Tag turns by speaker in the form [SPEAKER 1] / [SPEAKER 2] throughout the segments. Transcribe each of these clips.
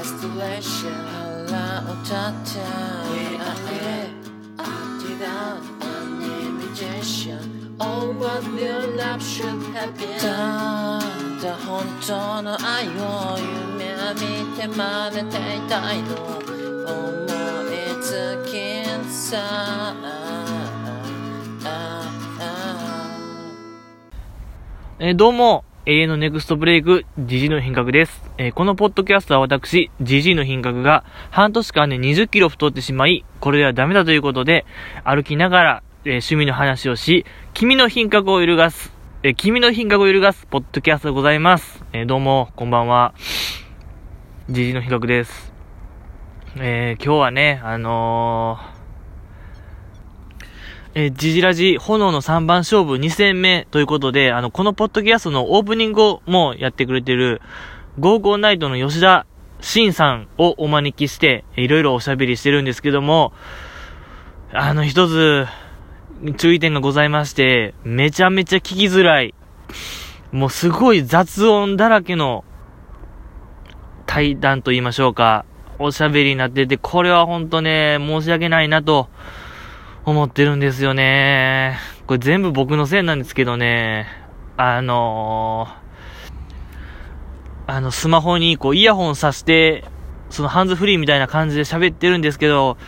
[SPEAKER 1] Delicious 腹を立ってあえあ違う何に満ちし Oh what new love should have been ただ本当の愛を夢見て真似ていたいの思いつきさ
[SPEAKER 2] えーどうも、永遠のネクストブレイク、ジジイの品格です。えーこのポッドキャストは私、ジジイの品格が、半年間で20キロ太ってしまい、これではダメだということで、歩きながら、えー趣味の話をし、君の品格を揺るがす、えー君の品格を揺るがす、ポッドキャストでございます。えーどうも、こんばんは。ジジイの品格です。えー今日はね、あのー、えージジラジ炎の3番勝負2戦目ということで、あの、このポッドキャストのオープニングをもうやってくれてる、ゴーゴーナイトの吉田慎さんをお招きして、えーいろいろおしゃべりしてるんですけども、あの、一つ、注意点がございまして、めちゃめちゃ聞きづらい、もうすごい雑音だらけの対談と言いましょうか、おしゃべりになってて、これはほんとね、申し訳ないなと、思ってるんですよね。これ全部僕のせいなんですけどね。あのー、あの、スマホにこうイヤホンさして、そのハンズフリーみたいな感じで喋ってるんですけど、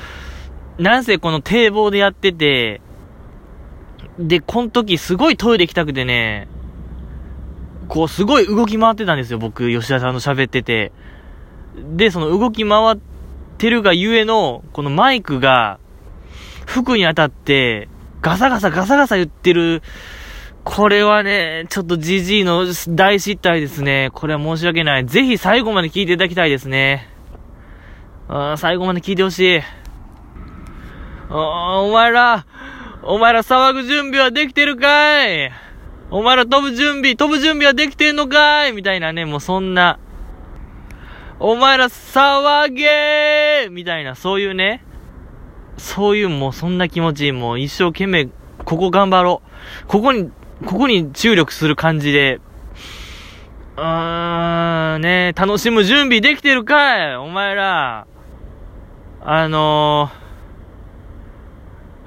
[SPEAKER 2] なんせこの堤防でやってて、で、この時すごいトイレ行きたくてね、こうすごい動き回ってたんですよ、僕、吉田さんと喋ってて。で、その動き回ってるがゆえの、このマイクが、服に当たって、ガサガサガサガサ言ってる、これはね、ちょっとジジイの大失態ですね。これは申し訳ない。ぜひ最後まで聞いていただきたいですね。あー最後まで聞いてほしい。おお前ら、お前ら騒ぐ準備はできてるかいお前ら飛ぶ準備、飛ぶ準備はできてんのかいみたいなね、もうそんな。お前ら騒げーみたいな、そういうね。そういうもうそんな気持ち、もう一生懸命、ここ頑張ろう。ここに、ここに注力する感じで、うーん、ね楽しむ準備できてるかいお前ら。あの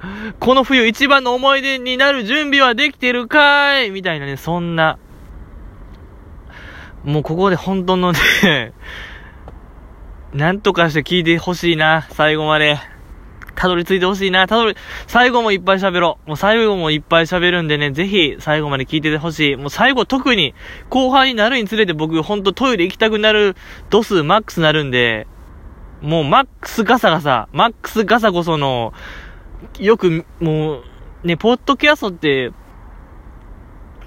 [SPEAKER 2] ー、この冬一番の思い出になる準備はできてるかいみたいなね、そんな。もうここで本当のね、 なんとかして聞いてほしいな、最後まで。たどり着いてほしいな。たどり、最後もいっぱい喋ろう。もう最後もいっぱい喋るんでね、ぜひ最後まで聞いててほしい。もう最後特に後半になるにつれて僕ほんとトイレ行きたくなる度数マックスなるんで、もうマックスガサガサ、マックスガサこその、よくもう、ね、ポッドキャストって、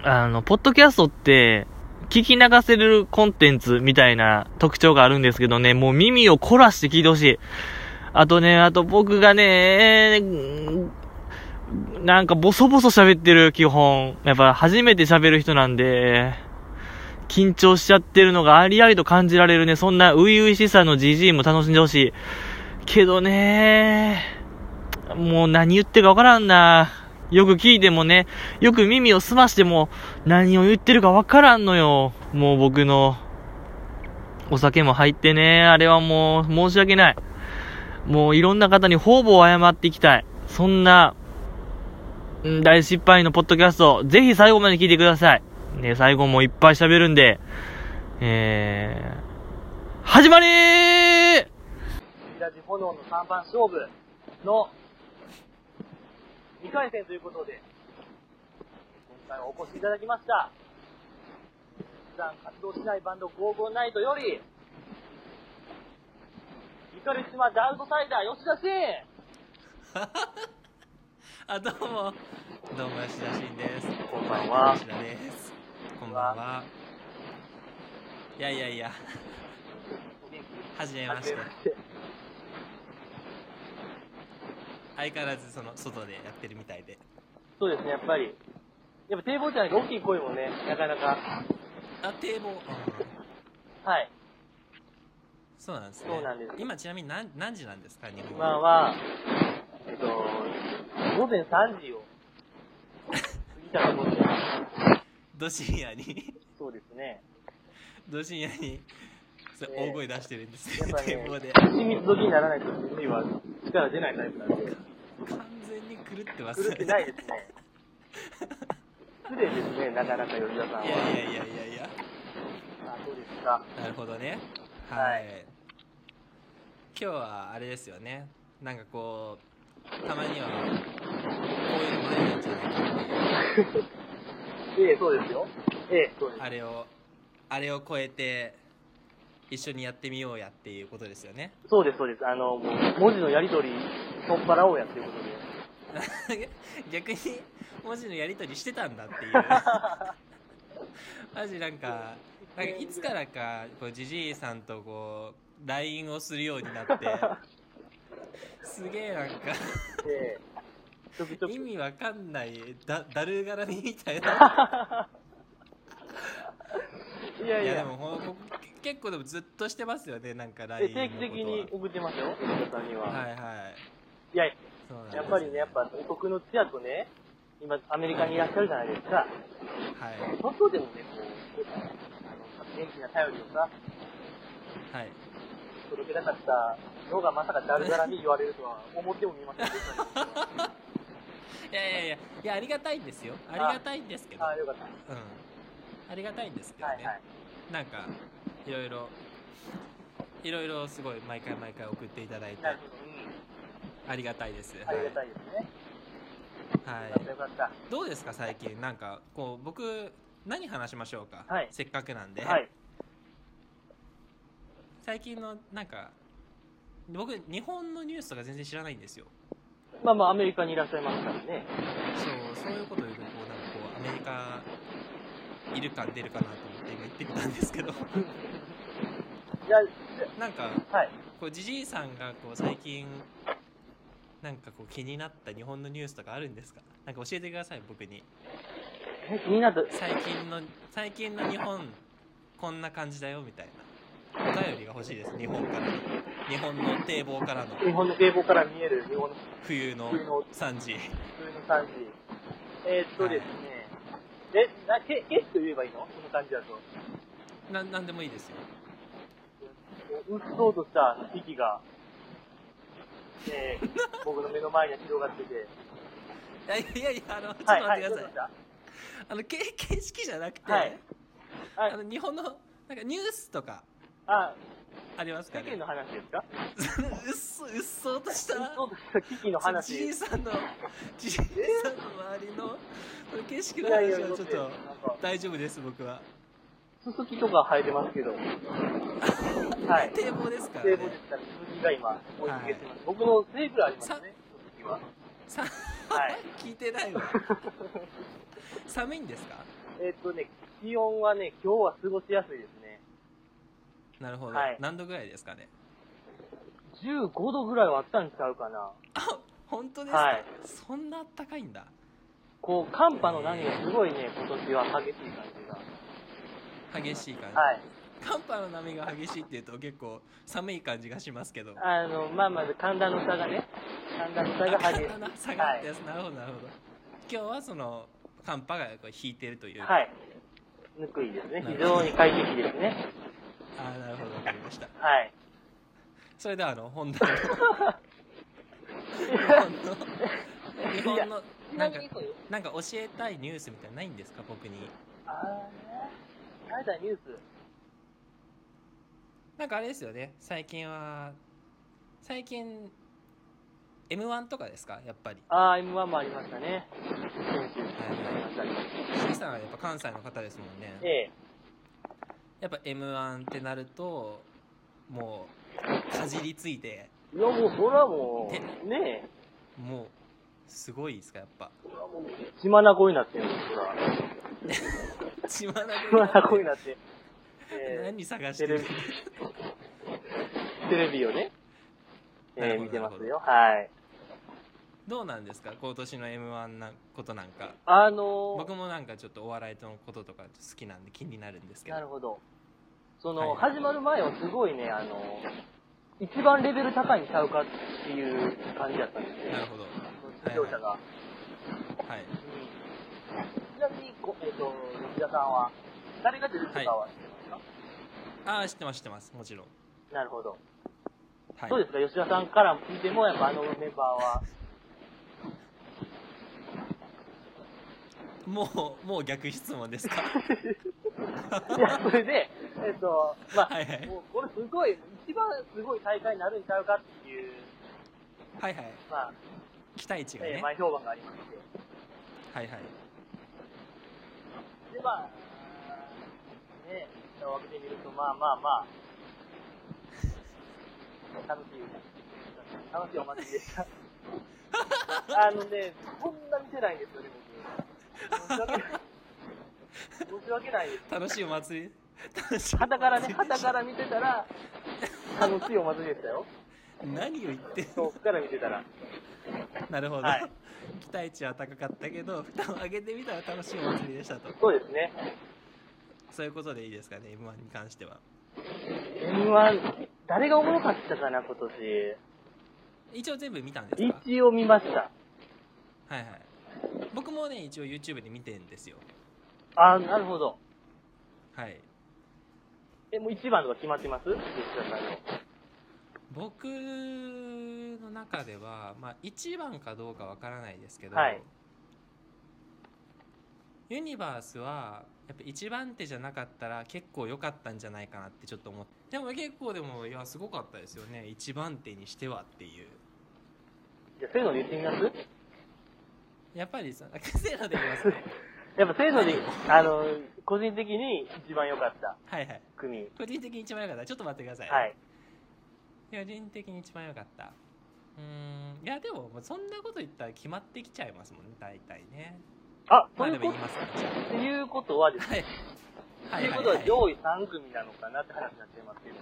[SPEAKER 2] あの、ポッドキャストって、聞き流せるコンテンツみたいな特徴があるんですけどね、もう耳を凝らして聞いてほしい。あとね、あと僕がね、えーなんかボソボソ喋ってる、基本。やっぱ初めて喋る人なんで、緊張しちゃってるのがありありと感じられるね、そんな初々しさのじじいも楽しんでほしい。けどね、もう何言ってるかわからんな。よく聞いてもね、よく耳を澄ましても何を言ってるかわからんのよ。もう僕のお酒も入ってね、あれはもう申し訳ない。もういろんな方に方々を謝っていきたい。そんな、うん大失敗のポッドキャスト、ぜひ最後まで聞いてください。ね、最後もいっぱい喋るんで、えー、始まりー
[SPEAKER 3] ラジ炎の3番勝負の2回戦ということで、今回お越しいただきました、普段活動しないバンドゴーゴーナイトより、イカリスマダウトサイダー吉田慎
[SPEAKER 4] あ、どうも。どうも、吉田慎です。
[SPEAKER 3] こんばんは
[SPEAKER 4] 吉田です。こんばんは。いやいやいや、はじめまして。相変わらず、その、外でやってるみたいで。
[SPEAKER 3] そうですね、やっぱり。やっぱ堤防じゃないか大きい声もね、なかなか。
[SPEAKER 4] あ、堤防。うん
[SPEAKER 3] はい。
[SPEAKER 4] そうなんですね。
[SPEAKER 3] そうなんです
[SPEAKER 4] 今、ちなみに何何時なんですか、日本
[SPEAKER 3] 今は、えっと、午前3時を過ぎたところで、
[SPEAKER 4] ど深夜に、
[SPEAKER 3] そうですね。
[SPEAKER 4] ど深夜に、それ大声出してるんです
[SPEAKER 2] やっぱね
[SPEAKER 4] 展望で
[SPEAKER 2] 清水時にならないと無理は力出ないタイプなんで
[SPEAKER 4] 完全に狂ってます
[SPEAKER 2] 狂ってないですね失礼ですねなかなか吉田さんはい
[SPEAKER 4] やいやいやいやいや
[SPEAKER 2] あそうですか
[SPEAKER 4] なるほどねは、
[SPEAKER 2] はい
[SPEAKER 4] 今日はあれですよねなんかこうたまにはこういうのもありなんじゃないかっていう
[SPEAKER 2] ええそうですよええそうです
[SPEAKER 4] あれをあれを超えて一緒にやってみようやっていうことです よね
[SPEAKER 2] そうですそうですあのもう文字のやり取り取っ払おうやっていうことで
[SPEAKER 4] 逆に文字のやり取りしてたんだっていうマジなんかなんかいつからかこうじじいさんとこう LINE をするようになってすげえなんか
[SPEAKER 2] ええちょくちょく
[SPEAKER 4] 意味わかんないだだるがらみみたいな
[SPEAKER 2] いや
[SPEAKER 4] い
[SPEAKER 2] い
[SPEAKER 4] やで
[SPEAKER 2] や
[SPEAKER 4] もほんこ結構でもずっとしてますよねなんか
[SPEAKER 2] え
[SPEAKER 4] LINE の
[SPEAKER 2] 定
[SPEAKER 4] こ
[SPEAKER 2] 期
[SPEAKER 4] と
[SPEAKER 2] 的に送ってますよ吉田さんには、
[SPEAKER 4] ははいはい
[SPEAKER 2] いや
[SPEAKER 4] そうなんです
[SPEAKER 2] やっぱりね、やっぱ異国の地やとね、今、アメリカにいらっしゃるじゃないですか。
[SPEAKER 4] はい
[SPEAKER 2] そのでもね、こう、あの元気な頼りをさ、
[SPEAKER 4] はい
[SPEAKER 2] 届けなかったのがまさかダルダラに言われるとは思ってもみませんでしたけど。
[SPEAKER 4] いやいやいやいやありがたいんですよありがたいんですけど
[SPEAKER 2] ああ、よかった。
[SPEAKER 4] うんありがたいんですけどね、
[SPEAKER 2] はいはい。
[SPEAKER 4] なんかいろいろいろいろすごい毎回毎回送っていただいて
[SPEAKER 2] なるほど。うん。
[SPEAKER 4] ありがたいです
[SPEAKER 2] ありがた
[SPEAKER 4] い、
[SPEAKER 2] いですね。
[SPEAKER 4] は
[SPEAKER 2] よ
[SPEAKER 4] い
[SPEAKER 2] かったよかった。
[SPEAKER 4] どうですか最近なんかこう僕何話しましょうか、
[SPEAKER 2] はい
[SPEAKER 4] せっかくなんで、
[SPEAKER 2] はい。
[SPEAKER 4] 最近のなんか僕日本のニュースとか全然知らないんですよ
[SPEAKER 2] まあまあ、アメリカにいらっしゃいますからね。
[SPEAKER 4] そうそういうこと言うとこうなんかこうアメリカいるか出るかなと思って今行ってみたんで すけど
[SPEAKER 2] いや、
[SPEAKER 4] なんか
[SPEAKER 2] はい。
[SPEAKER 4] こうじじいさんがこう最近なんかこう気になった日本のニュースとかあるんですかなんか教えてください僕に
[SPEAKER 2] え、気になった、
[SPEAKER 4] 最近の最近の日本こんな感じだよみたいなお便りが欲しいです日本からの日本の堤防からの
[SPEAKER 2] 日本の堤防から見える日本の
[SPEAKER 4] 冬の
[SPEAKER 2] 冬の
[SPEAKER 4] 3時
[SPEAKER 2] 普通の感じ。えーっとですね。え、な、け、けと言えばいいのこの感じだと。
[SPEAKER 4] ななんでもいいですよ
[SPEAKER 2] うっそうとした息が、え ー僕の目の前に広がってて、
[SPEAKER 4] いやいやいやあのちょっと
[SPEAKER 2] はい、
[SPEAKER 4] 待
[SPEAKER 2] は
[SPEAKER 4] っ
[SPEAKER 2] い、
[SPEAKER 4] てください、
[SPEAKER 2] どうぞ
[SPEAKER 4] あのけ形式じゃなくて、
[SPEAKER 2] はいはい
[SPEAKER 4] あの日本のなんかニュースとか
[SPEAKER 2] あ、
[SPEAKER 4] ありますか
[SPEAKER 2] 世間
[SPEAKER 4] ね
[SPEAKER 2] の話ですか
[SPEAKER 4] うっそうっそうとした
[SPEAKER 2] そうとした危機の話。
[SPEAKER 4] じじいさんのじじいさんの周りのこの景色の
[SPEAKER 2] いやい
[SPEAKER 4] 話
[SPEAKER 2] や
[SPEAKER 4] はちょ
[SPEAKER 2] だ
[SPEAKER 4] っと
[SPEAKER 2] ってなんか
[SPEAKER 4] 大丈夫です僕は
[SPEAKER 2] ススキとか生えてますけど、はい。
[SPEAKER 4] 堤防ですから
[SPEAKER 2] 堤
[SPEAKER 4] ね
[SPEAKER 2] 防ですから、ススキが今、追いかけてます。僕のセーブルありますね、ススキは。
[SPEAKER 4] さ
[SPEAKER 2] はい
[SPEAKER 4] 聞いてない わ寒いんですか
[SPEAKER 2] えーっとね、気温はね、今日は過ごしやすいですね。
[SPEAKER 4] なるほど、
[SPEAKER 2] はい
[SPEAKER 4] 何度ぐらいですかね
[SPEAKER 2] 15度ぐらいはあったんちゃうかな。
[SPEAKER 4] あ本当ですか、
[SPEAKER 2] はい
[SPEAKER 4] そんなあったかいんだ
[SPEAKER 2] こう、寒波の波がすごいね、今年は激しい感じが。
[SPEAKER 4] 激しい感じ、
[SPEAKER 2] はい。
[SPEAKER 4] 寒波の波が激しいっていうと結構寒い感じがしますけど
[SPEAKER 2] あの、まあまず寒暖の差がね、寒暖の差が激しい。
[SPEAKER 4] あ下がってやつ、なるほどなるほど今日はその寒波がこう引いてるというか
[SPEAKER 2] はい。ぬくいですね。非常に快適ですね。
[SPEAKER 4] ああなるほどわかりました
[SPEAKER 2] はい。
[SPEAKER 4] それではあの 本題の日本の日本のなんか
[SPEAKER 2] そうよ。
[SPEAKER 4] なんか教えたいニュースみたいなのないんですか僕に
[SPEAKER 2] あーね。あれだ、ニュース。
[SPEAKER 4] なんかあれですよね最近は最近 m 1とかですかやっぱり
[SPEAKER 2] あー、M1 もありましたね。先週。ありました、ありまし
[SPEAKER 4] C さんはやっぱ関西の方ですもんね
[SPEAKER 2] た。え
[SPEAKER 4] やっぱ m 1ってなるともうかじりついて
[SPEAKER 2] え。いや、もう、それはもう、
[SPEAKER 4] え
[SPEAKER 2] ねえ。
[SPEAKER 4] もうすごいですかやっぱ
[SPEAKER 2] それはもう、血まなこになってるんです、そら。
[SPEAKER 4] 血まな
[SPEAKER 2] 血
[SPEAKER 4] こ
[SPEAKER 2] ま
[SPEAKER 4] にな
[SPEAKER 2] な
[SPEAKER 4] っ
[SPEAKER 2] こに
[SPEAKER 4] て
[SPEAKER 2] なって。え
[SPEAKER 4] 何探
[SPEAKER 2] え。
[SPEAKER 4] して
[SPEAKER 2] テレ
[SPEAKER 4] る
[SPEAKER 2] ビ。テレビをね。
[SPEAKER 4] な
[SPEAKER 2] え
[SPEAKER 4] る
[SPEAKER 2] え、
[SPEAKER 4] ほど
[SPEAKER 2] 見てますよ。はい。
[SPEAKER 4] どうなんですか今年の m 1なことなんか
[SPEAKER 2] あのー、
[SPEAKER 4] 僕もなんかちょっとお笑いとのこととか好きなんで気になるんですけど
[SPEAKER 2] なるほど。その、
[SPEAKER 4] はい
[SPEAKER 2] 始まる前はすごいね、あの、一番レベル高いんちゃうかっていう感じだったんですよ。
[SPEAKER 4] なるほど
[SPEAKER 2] 視聴者が。
[SPEAKER 4] はい
[SPEAKER 2] うんちなみに、こえっ、と、吉田さんは、誰が出るとかは知ってますか、
[SPEAKER 4] ああ、知ってます、知ってます。もちろん。
[SPEAKER 2] なるほど。
[SPEAKER 4] はい。
[SPEAKER 2] どうですか吉田さんから見ても、やっぱあのメンバーは。
[SPEAKER 4] もう、もう逆質問ですか
[SPEAKER 2] いや、それで、えっと、まあ、
[SPEAKER 4] はいはい
[SPEAKER 2] もうこれすごい、一番すごい大会になるんちゃうかっていう、
[SPEAKER 4] はいはい。
[SPEAKER 2] まあ、
[SPEAKER 4] 期待値が
[SPEAKER 2] え
[SPEAKER 4] ね。
[SPEAKER 2] ー
[SPEAKER 4] は
[SPEAKER 2] 前評判がありまして。
[SPEAKER 4] いはい。
[SPEAKER 2] で、まあ、ね、蓋を開けてみると、まあまあまあ、楽しい、楽しいお祭りでした。あのね、こんな見てないんですよね、僕。申し訳ない。申し訳ないです。
[SPEAKER 4] 楽しいお祭り。楽しいお祭りでした。
[SPEAKER 2] 旗からね、旗から見てたら、楽しいお祭りでしたよ。
[SPEAKER 4] 何を言ってんの
[SPEAKER 2] 遠くから見てたら。
[SPEAKER 4] なるほど、
[SPEAKER 2] はい
[SPEAKER 4] 期待値は高かったけど蓋を上げてみたら楽しいお祭りでしたと
[SPEAKER 2] そうですね。
[SPEAKER 4] そういうことでいいですかね m 1に関しては
[SPEAKER 2] M1、誰がおもろかったかな、今
[SPEAKER 4] 一応全部見たんです
[SPEAKER 2] 年
[SPEAKER 4] か。
[SPEAKER 2] 一応見ました。
[SPEAKER 4] はいはい僕もね一応 YouTube で見てんですよ
[SPEAKER 2] あー、なるほど。
[SPEAKER 4] はい
[SPEAKER 2] え、もう一番とか決まってます吉田さんの。
[SPEAKER 4] 僕の中ではまあ一番かどうかわからないですけど、
[SPEAKER 2] はい
[SPEAKER 4] ユニバースはやっぱ一番手じゃなかったら結構良かったんじゃないかなってちょっと思ってでも結構でもいやすごかったですよね一番手にしてはっていう
[SPEAKER 2] じゃあ、せーので言ってみます
[SPEAKER 4] やっぱりさ、 せーので言います ね。
[SPEAKER 2] やっぱせーので、あの、個人的に一番良かった
[SPEAKER 4] はいはい。
[SPEAKER 2] 組。
[SPEAKER 4] 個人的に一番良かった。ちょっと待ってください。
[SPEAKER 2] はい。
[SPEAKER 4] 個人的に一番良かった。うーん。いや、でも、そんなこと言ったら決まってきちゃいますもんね、大体ね。
[SPEAKER 2] あ、と
[SPEAKER 4] まあ
[SPEAKER 2] い
[SPEAKER 4] で
[SPEAKER 2] うこ
[SPEAKER 4] も言いますから、じゃ
[SPEAKER 2] と、っていうことはです
[SPEAKER 4] あ
[SPEAKER 2] ね、
[SPEAKER 4] は
[SPEAKER 2] とい
[SPEAKER 4] い。はい
[SPEAKER 2] う
[SPEAKER 4] は
[SPEAKER 2] ことはい
[SPEAKER 4] は
[SPEAKER 2] 上位3組なのかなって話になって ますけど。
[SPEAKER 4] い。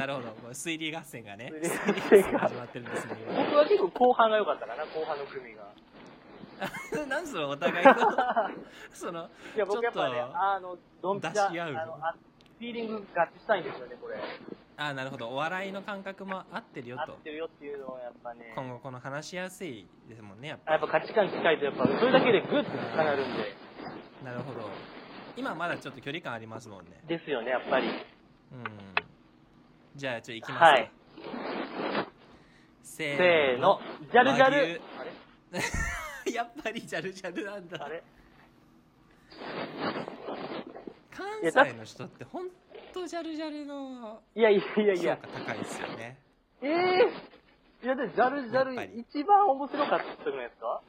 [SPEAKER 4] なるほど。もう推理合戦がね。
[SPEAKER 2] 推
[SPEAKER 4] 推
[SPEAKER 2] 理
[SPEAKER 4] 理
[SPEAKER 2] 合
[SPEAKER 4] 合
[SPEAKER 2] 戦が
[SPEAKER 4] 戦が始まってるんですね。
[SPEAKER 2] 僕は結構後半が良かったかな、後半の組が。
[SPEAKER 4] 今 なんそのお互いの、 その、
[SPEAKER 2] いや、僕
[SPEAKER 4] ちょ
[SPEAKER 2] やっ
[SPEAKER 4] っと
[SPEAKER 2] ぱね、あの、ドンピシャ、あ
[SPEAKER 4] 出し合う
[SPEAKER 2] の、あフィーリング合致したいんですよね、これ。
[SPEAKER 4] あなるほど。お笑いの感覚も合ってるよ
[SPEAKER 2] 合
[SPEAKER 4] と
[SPEAKER 2] っ。てるよっていうのをやっぱね、
[SPEAKER 4] 今後この話しやすいですもんね、やっぱ
[SPEAKER 2] やっぱ価値観近いと、やっぱそれだけでグッと重なるんで。
[SPEAKER 4] なるほど。今まだちょっと距離感ありますもんね。
[SPEAKER 2] ですよね、やっぱり。
[SPEAKER 4] うん。じゃあ、ちょっと行きますか。
[SPEAKER 2] はい。
[SPEAKER 4] せ
[SPEAKER 2] せーの。ジャルジャル。
[SPEAKER 4] 和牛 やっぱりジャルジャルなんだ。
[SPEAKER 2] あれ
[SPEAKER 4] 関西の人って本当ジャルジャルの
[SPEAKER 2] いやいやいやい
[SPEAKER 4] 評価
[SPEAKER 2] や。
[SPEAKER 4] 高いですよね。
[SPEAKER 2] ええいや、で、ジャルジャル
[SPEAKER 4] やっぱり
[SPEAKER 2] 一番面白かったじゃないですか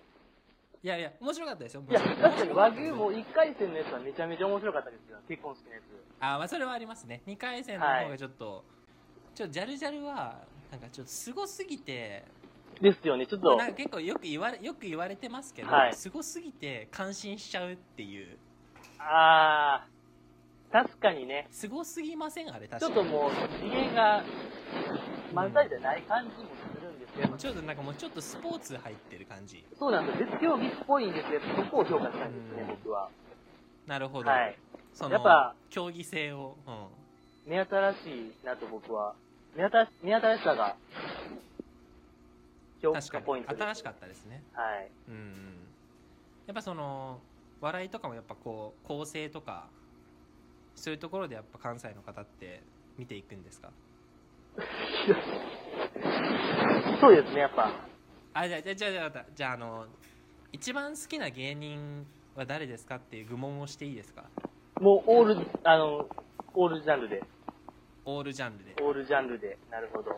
[SPEAKER 4] いやいや、面白かったですよ。
[SPEAKER 2] いや、
[SPEAKER 4] 面白
[SPEAKER 2] 確かに和牛も1回戦のやつはめちゃめちゃ面白かったですよ。結婚式のやつ。
[SPEAKER 4] あーまあそれはありますね2回戦の方がちょっと、ちょっとジャルジャルはなんかちょっとすごすぎて
[SPEAKER 2] ですよね、ちょっと
[SPEAKER 4] な。んか結構よく言われよく言われてますけど、
[SPEAKER 2] はい
[SPEAKER 4] すごすぎて感心しちゃうっていう
[SPEAKER 2] あー、確かにね。
[SPEAKER 4] すごすぎませんあれ確
[SPEAKER 2] ち
[SPEAKER 4] か
[SPEAKER 2] ょっ
[SPEAKER 4] に
[SPEAKER 2] ともう、次元が漫才じゃない感じもするんですけど、
[SPEAKER 4] ちょっとなんかもうちょっとスポーツ入ってる感じ
[SPEAKER 2] そうなんですよ。絶競技っぽいんですよ。そこを評価したんですね、
[SPEAKER 4] うん
[SPEAKER 2] 僕は。
[SPEAKER 4] なるほど、
[SPEAKER 2] はい。
[SPEAKER 4] その
[SPEAKER 2] やっぱ
[SPEAKER 4] 競技性を、うん、
[SPEAKER 2] 目新しいなと僕は。目新し目新しさが、評
[SPEAKER 4] 確か
[SPEAKER 2] 価ポイン
[SPEAKER 4] に
[SPEAKER 2] トです。
[SPEAKER 4] 新しかったですね
[SPEAKER 2] はい。
[SPEAKER 4] うんうんやっぱその笑いとかもやっぱこう構成とかそういうところでやっぱ関西の方って見ていくんですか
[SPEAKER 2] そうですね、やっぱ。
[SPEAKER 4] あじゃあじゃあじゃあじゃあじゃあじゃああの一番好きな芸人は誰ですかっていう愚問をしていいですか
[SPEAKER 2] もう、オール、あの、オールジャンルで、
[SPEAKER 4] オールジャンルで
[SPEAKER 2] オールジャンルで、なるほど。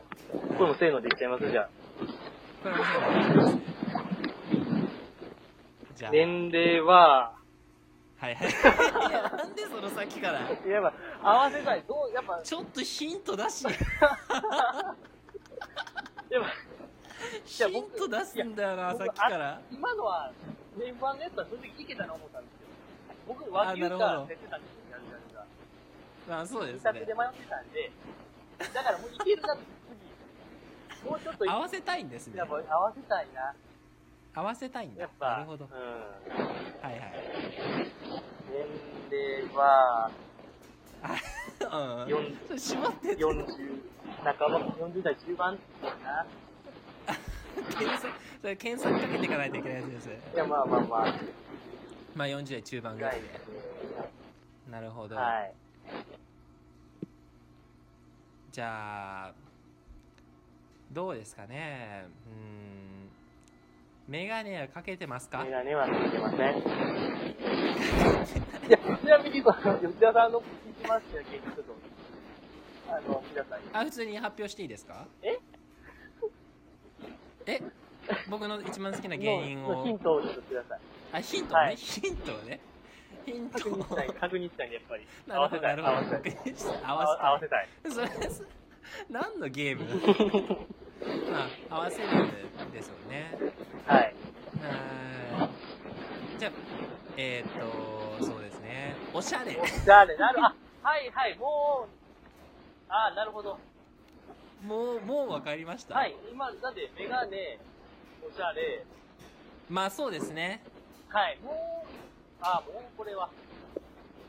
[SPEAKER 2] これもせーのでいっちゃいますじゃあ。
[SPEAKER 4] これ面白いなじゃあ、
[SPEAKER 2] 年齢は、
[SPEAKER 4] はいはいいやなんでそのさっきから
[SPEAKER 2] いややっぱ、合わせたい。どう、やっぱ、やっ
[SPEAKER 4] ちょっとヒント出し
[SPEAKER 2] ぱ、
[SPEAKER 4] ヒント出すんだよなさ
[SPEAKER 2] 僕
[SPEAKER 4] っきから
[SPEAKER 2] 今のは、年版のやつは正直いけたな思ったんですよ。僕、和牛
[SPEAKER 4] あなる
[SPEAKER 2] が
[SPEAKER 4] ほど
[SPEAKER 2] 出てたんですよ、ジャンルジャンルが。
[SPEAKER 4] まあそうで
[SPEAKER 2] 二
[SPEAKER 4] す
[SPEAKER 2] 択で
[SPEAKER 4] ね
[SPEAKER 2] 迷ってたんで、だからもういけるな、次。もうちょっとい、
[SPEAKER 4] 合わせたいんですね
[SPEAKER 2] やっぱ合わせたいな。
[SPEAKER 4] 合わせたいん
[SPEAKER 2] やっ
[SPEAKER 4] だ
[SPEAKER 2] ぱ、
[SPEAKER 4] なるほど
[SPEAKER 2] うん。
[SPEAKER 4] はいはい
[SPEAKER 2] 年齢は、
[SPEAKER 4] あうん
[SPEAKER 2] 四
[SPEAKER 4] それ絞ってって
[SPEAKER 2] 40半ば、40代中盤かな。
[SPEAKER 4] 検索 それ検索かけていかないといけないやつです
[SPEAKER 2] いや、まあまあまあ、
[SPEAKER 4] まあ40代中盤
[SPEAKER 2] ぐ
[SPEAKER 4] ぐ
[SPEAKER 2] ら
[SPEAKER 4] ら
[SPEAKER 2] い
[SPEAKER 4] い
[SPEAKER 2] で
[SPEAKER 4] でなるほ
[SPEAKER 2] すね。
[SPEAKER 4] ど、
[SPEAKER 2] はい。
[SPEAKER 4] じゃあどうですかねうんメガネはかけてますか
[SPEAKER 3] メガネはついてません。いや、ちなみに、この吉田さんの聞きましたよ、結局と。あの、皆さんに。
[SPEAKER 4] あ普通に発表していいですか
[SPEAKER 3] え
[SPEAKER 4] え僕の一番好きな原因
[SPEAKER 3] のヒン
[SPEAKER 4] を
[SPEAKER 3] トをちょっとください。
[SPEAKER 4] あヒントね、
[SPEAKER 3] はい
[SPEAKER 4] ヒントねヒント
[SPEAKER 3] 確
[SPEAKER 4] を
[SPEAKER 3] 認したい、確認したいんで、やっぱり。
[SPEAKER 4] なるほどなるほど
[SPEAKER 3] 合わせたい。
[SPEAKER 4] 合
[SPEAKER 3] 合わ合わ
[SPEAKER 4] わ
[SPEAKER 3] せたい。
[SPEAKER 4] せたい それそれ何のゲーム まあ合わせるんですよね
[SPEAKER 3] はい。
[SPEAKER 4] あーじゃあえー、っとそうですねおしゃれ
[SPEAKER 3] 誰なる、あ、はいはい、もう、あ、なるほど。
[SPEAKER 4] もうもう分かりました
[SPEAKER 3] はい、今、なんで、メガネ、おしゃれ、
[SPEAKER 4] まあそうですね
[SPEAKER 3] はい、もう、あ、もうこれは、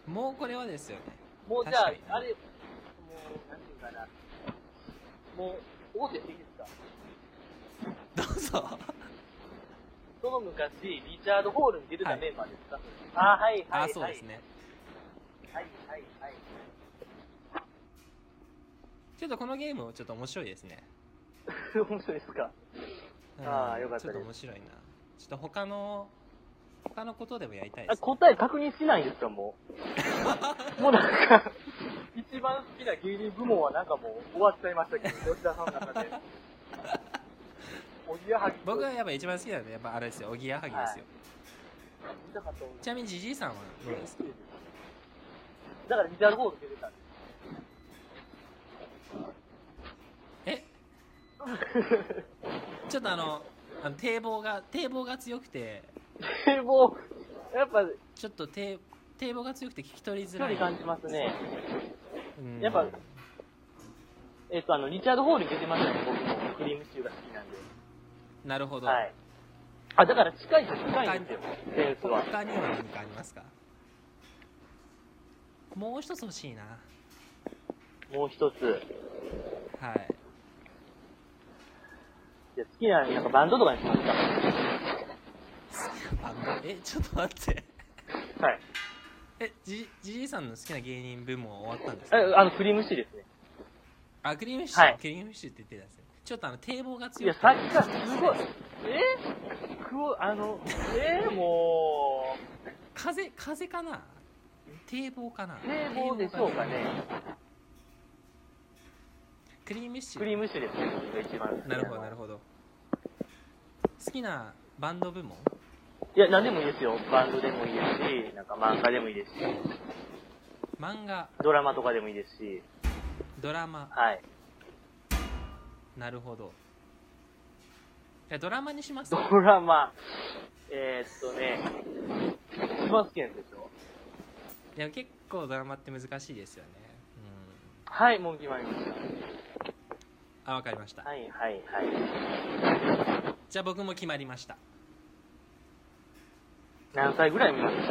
[SPEAKER 4] もうこれはですよね
[SPEAKER 3] もうじゃあ
[SPEAKER 4] 確か、に
[SPEAKER 3] あれ、もう、なんていうかな、もう、大手でいいですか
[SPEAKER 4] どうぞ
[SPEAKER 3] その昔、リチャード・ホールに出てたメンバーですか、あ、はい、はい、
[SPEAKER 4] あ
[SPEAKER 3] はい。
[SPEAKER 4] そうですね
[SPEAKER 3] はい、はい、はい。
[SPEAKER 4] ちょっとこのゲームちょっと面白いですね、
[SPEAKER 3] 面白いですか
[SPEAKER 4] うん
[SPEAKER 3] あーよかった
[SPEAKER 4] ちょっ
[SPEAKER 3] です
[SPEAKER 4] と面白いなちょっと他の他のことでもやりたいで
[SPEAKER 3] あ
[SPEAKER 4] す
[SPEAKER 3] 答え確認しないんですか、も う。もうなんか、一番好きな芸人部門はなんかもう終わっちゃいましたけど、吉田さんの中で。おぎやはぎ。
[SPEAKER 4] 僕が
[SPEAKER 3] は
[SPEAKER 4] やっぱ一番好きなのはやっぱあれですよおぎやはぎですよ、
[SPEAKER 3] 見たかったもん
[SPEAKER 4] ちなみにじじいさんはどうですか
[SPEAKER 3] だからリチャード・ホール出てたんです。
[SPEAKER 4] えちょっとあのあの堤防が堤防が強くて
[SPEAKER 3] 堤防、やっぱ
[SPEAKER 4] ちょっと堤堤防が強くて聞き取りづ
[SPEAKER 3] 距
[SPEAKER 4] らい
[SPEAKER 3] 離感じますね。
[SPEAKER 4] うん
[SPEAKER 3] やっぱえっと、あの、リチャード・ホールに出てましたね、僕も。クリームシチューが好きなんで。
[SPEAKER 4] なるほど、
[SPEAKER 3] はい。あ、だから近いです、近いんですよ、センスは。
[SPEAKER 4] 他には何かありますかもう一つ欲しいな
[SPEAKER 3] もう一つ。
[SPEAKER 4] はい
[SPEAKER 3] いや好きな、なんかバンドとかにしますか
[SPEAKER 4] 好きなバンドえちょっと待って
[SPEAKER 3] はい。
[SPEAKER 4] えじじじいさんの好きな芸人部門は終わったんですか
[SPEAKER 3] え、あの、クリームシチューですね。
[SPEAKER 4] あクリームシチュー、
[SPEAKER 3] はい
[SPEAKER 4] クリームシチューって言ってたんですねちょっとあの堤防が
[SPEAKER 3] い
[SPEAKER 4] 強
[SPEAKER 3] や、
[SPEAKER 4] くて
[SPEAKER 3] さっきからすごい。えー、クオ、あの、えー、も
[SPEAKER 4] 風風かな堤防かな
[SPEAKER 3] う、冷房でしょうかね。
[SPEAKER 4] クリームシチュ
[SPEAKER 3] ク
[SPEAKER 4] ー
[SPEAKER 3] リームシチューですね、僕が一番好き
[SPEAKER 4] なるほどなる
[SPEAKER 3] ほ
[SPEAKER 4] ほど好きなバンド部門
[SPEAKER 3] ど。いや、何でもいいですよ。バンドでもいいですし、なんか漫画でもいいですし、
[SPEAKER 4] 漫画
[SPEAKER 3] ドラマとかでもいいですし、
[SPEAKER 4] ドラマ
[SPEAKER 3] はい。
[SPEAKER 4] なるほどいやドラマにします
[SPEAKER 3] ドラマ、えー、っとね、一番好きなんですよ。
[SPEAKER 4] いや結構ドラマって難しいですよね
[SPEAKER 3] はい、もう決まりました。
[SPEAKER 4] うんあわかりました、
[SPEAKER 3] はい、はい、はい。
[SPEAKER 4] じゃあ僕も決まりました
[SPEAKER 3] 何歳ぐらい見ました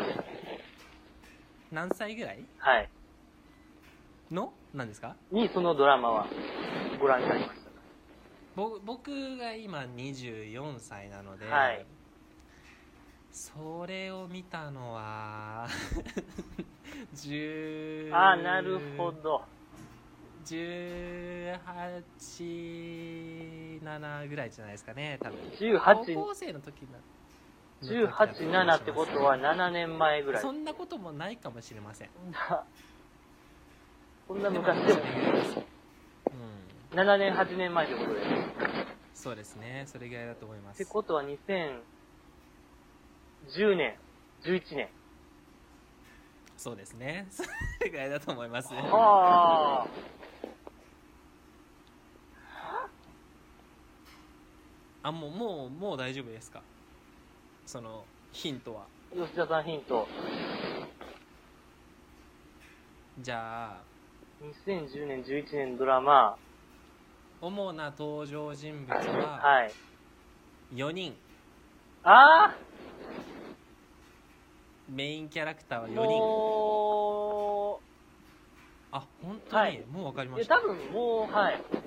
[SPEAKER 4] 何歳ぐらい
[SPEAKER 3] はい。
[SPEAKER 4] のなんですか
[SPEAKER 3] に、そのドラマは、ご覧になりましたか
[SPEAKER 4] ぼ僕が今24歳なので、
[SPEAKER 3] はい
[SPEAKER 4] それを見たのは 10
[SPEAKER 3] ああ、なるほど。
[SPEAKER 4] 187ぐらいじゃないですかね多分高
[SPEAKER 3] 18、
[SPEAKER 4] 校生の時な
[SPEAKER 3] 18、7ってことは7年前ぐらい。
[SPEAKER 4] そんなこともないかもしれません
[SPEAKER 3] そんな、そんな
[SPEAKER 4] でも
[SPEAKER 3] 昔でも、
[SPEAKER 4] うん
[SPEAKER 3] 7年、8年前ってことで。
[SPEAKER 4] そうですねそれぐらいだと思いま
[SPEAKER 3] っ
[SPEAKER 4] す
[SPEAKER 3] てことは2010年、11年。
[SPEAKER 4] そうですね それぐらいだと思います
[SPEAKER 3] ああ。
[SPEAKER 4] あもうもうもう大丈夫ですかそのヒントは
[SPEAKER 3] 吉田さんヒント。
[SPEAKER 4] じゃあ
[SPEAKER 3] 2010年、11年ドラマ。
[SPEAKER 4] 主な登場人物は
[SPEAKER 3] はい。
[SPEAKER 4] 4人
[SPEAKER 3] あ
[SPEAKER 4] メインキャラクター
[SPEAKER 3] あ
[SPEAKER 4] は4人
[SPEAKER 3] も
[SPEAKER 4] あ本当に、
[SPEAKER 3] はい
[SPEAKER 4] もう分かり
[SPEAKER 3] う、
[SPEAKER 4] ま
[SPEAKER 3] いや、
[SPEAKER 4] した
[SPEAKER 3] 多分もう、はい。
[SPEAKER 4] じゃ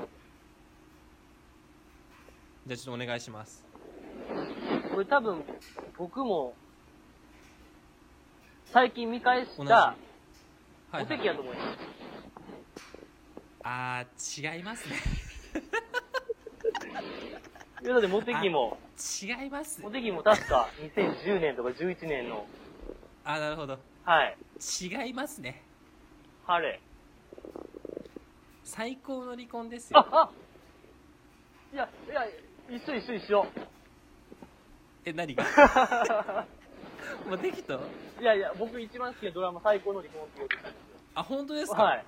[SPEAKER 4] あちょっとお願いします
[SPEAKER 3] これ多分、僕も、最近見返
[SPEAKER 4] 同
[SPEAKER 3] し
[SPEAKER 4] じは
[SPEAKER 3] た、
[SPEAKER 4] い、
[SPEAKER 3] お席やと思います。
[SPEAKER 4] あー違いますね
[SPEAKER 3] というので、モテギも、
[SPEAKER 4] 違います
[SPEAKER 3] モテギも確か2010年とか11年の、
[SPEAKER 4] あなるほど
[SPEAKER 3] はい、
[SPEAKER 4] 違いますね
[SPEAKER 3] 晴れ。
[SPEAKER 4] 最高の離婚です
[SPEAKER 3] あ
[SPEAKER 4] よ、
[SPEAKER 3] あいや、いや、一緒一緒一緒。
[SPEAKER 4] え何がもうできた
[SPEAKER 3] いやいや、僕一番好きなドラマ、最高の離婚っていうことで
[SPEAKER 4] あ本当です
[SPEAKER 3] す
[SPEAKER 4] か、
[SPEAKER 3] はい。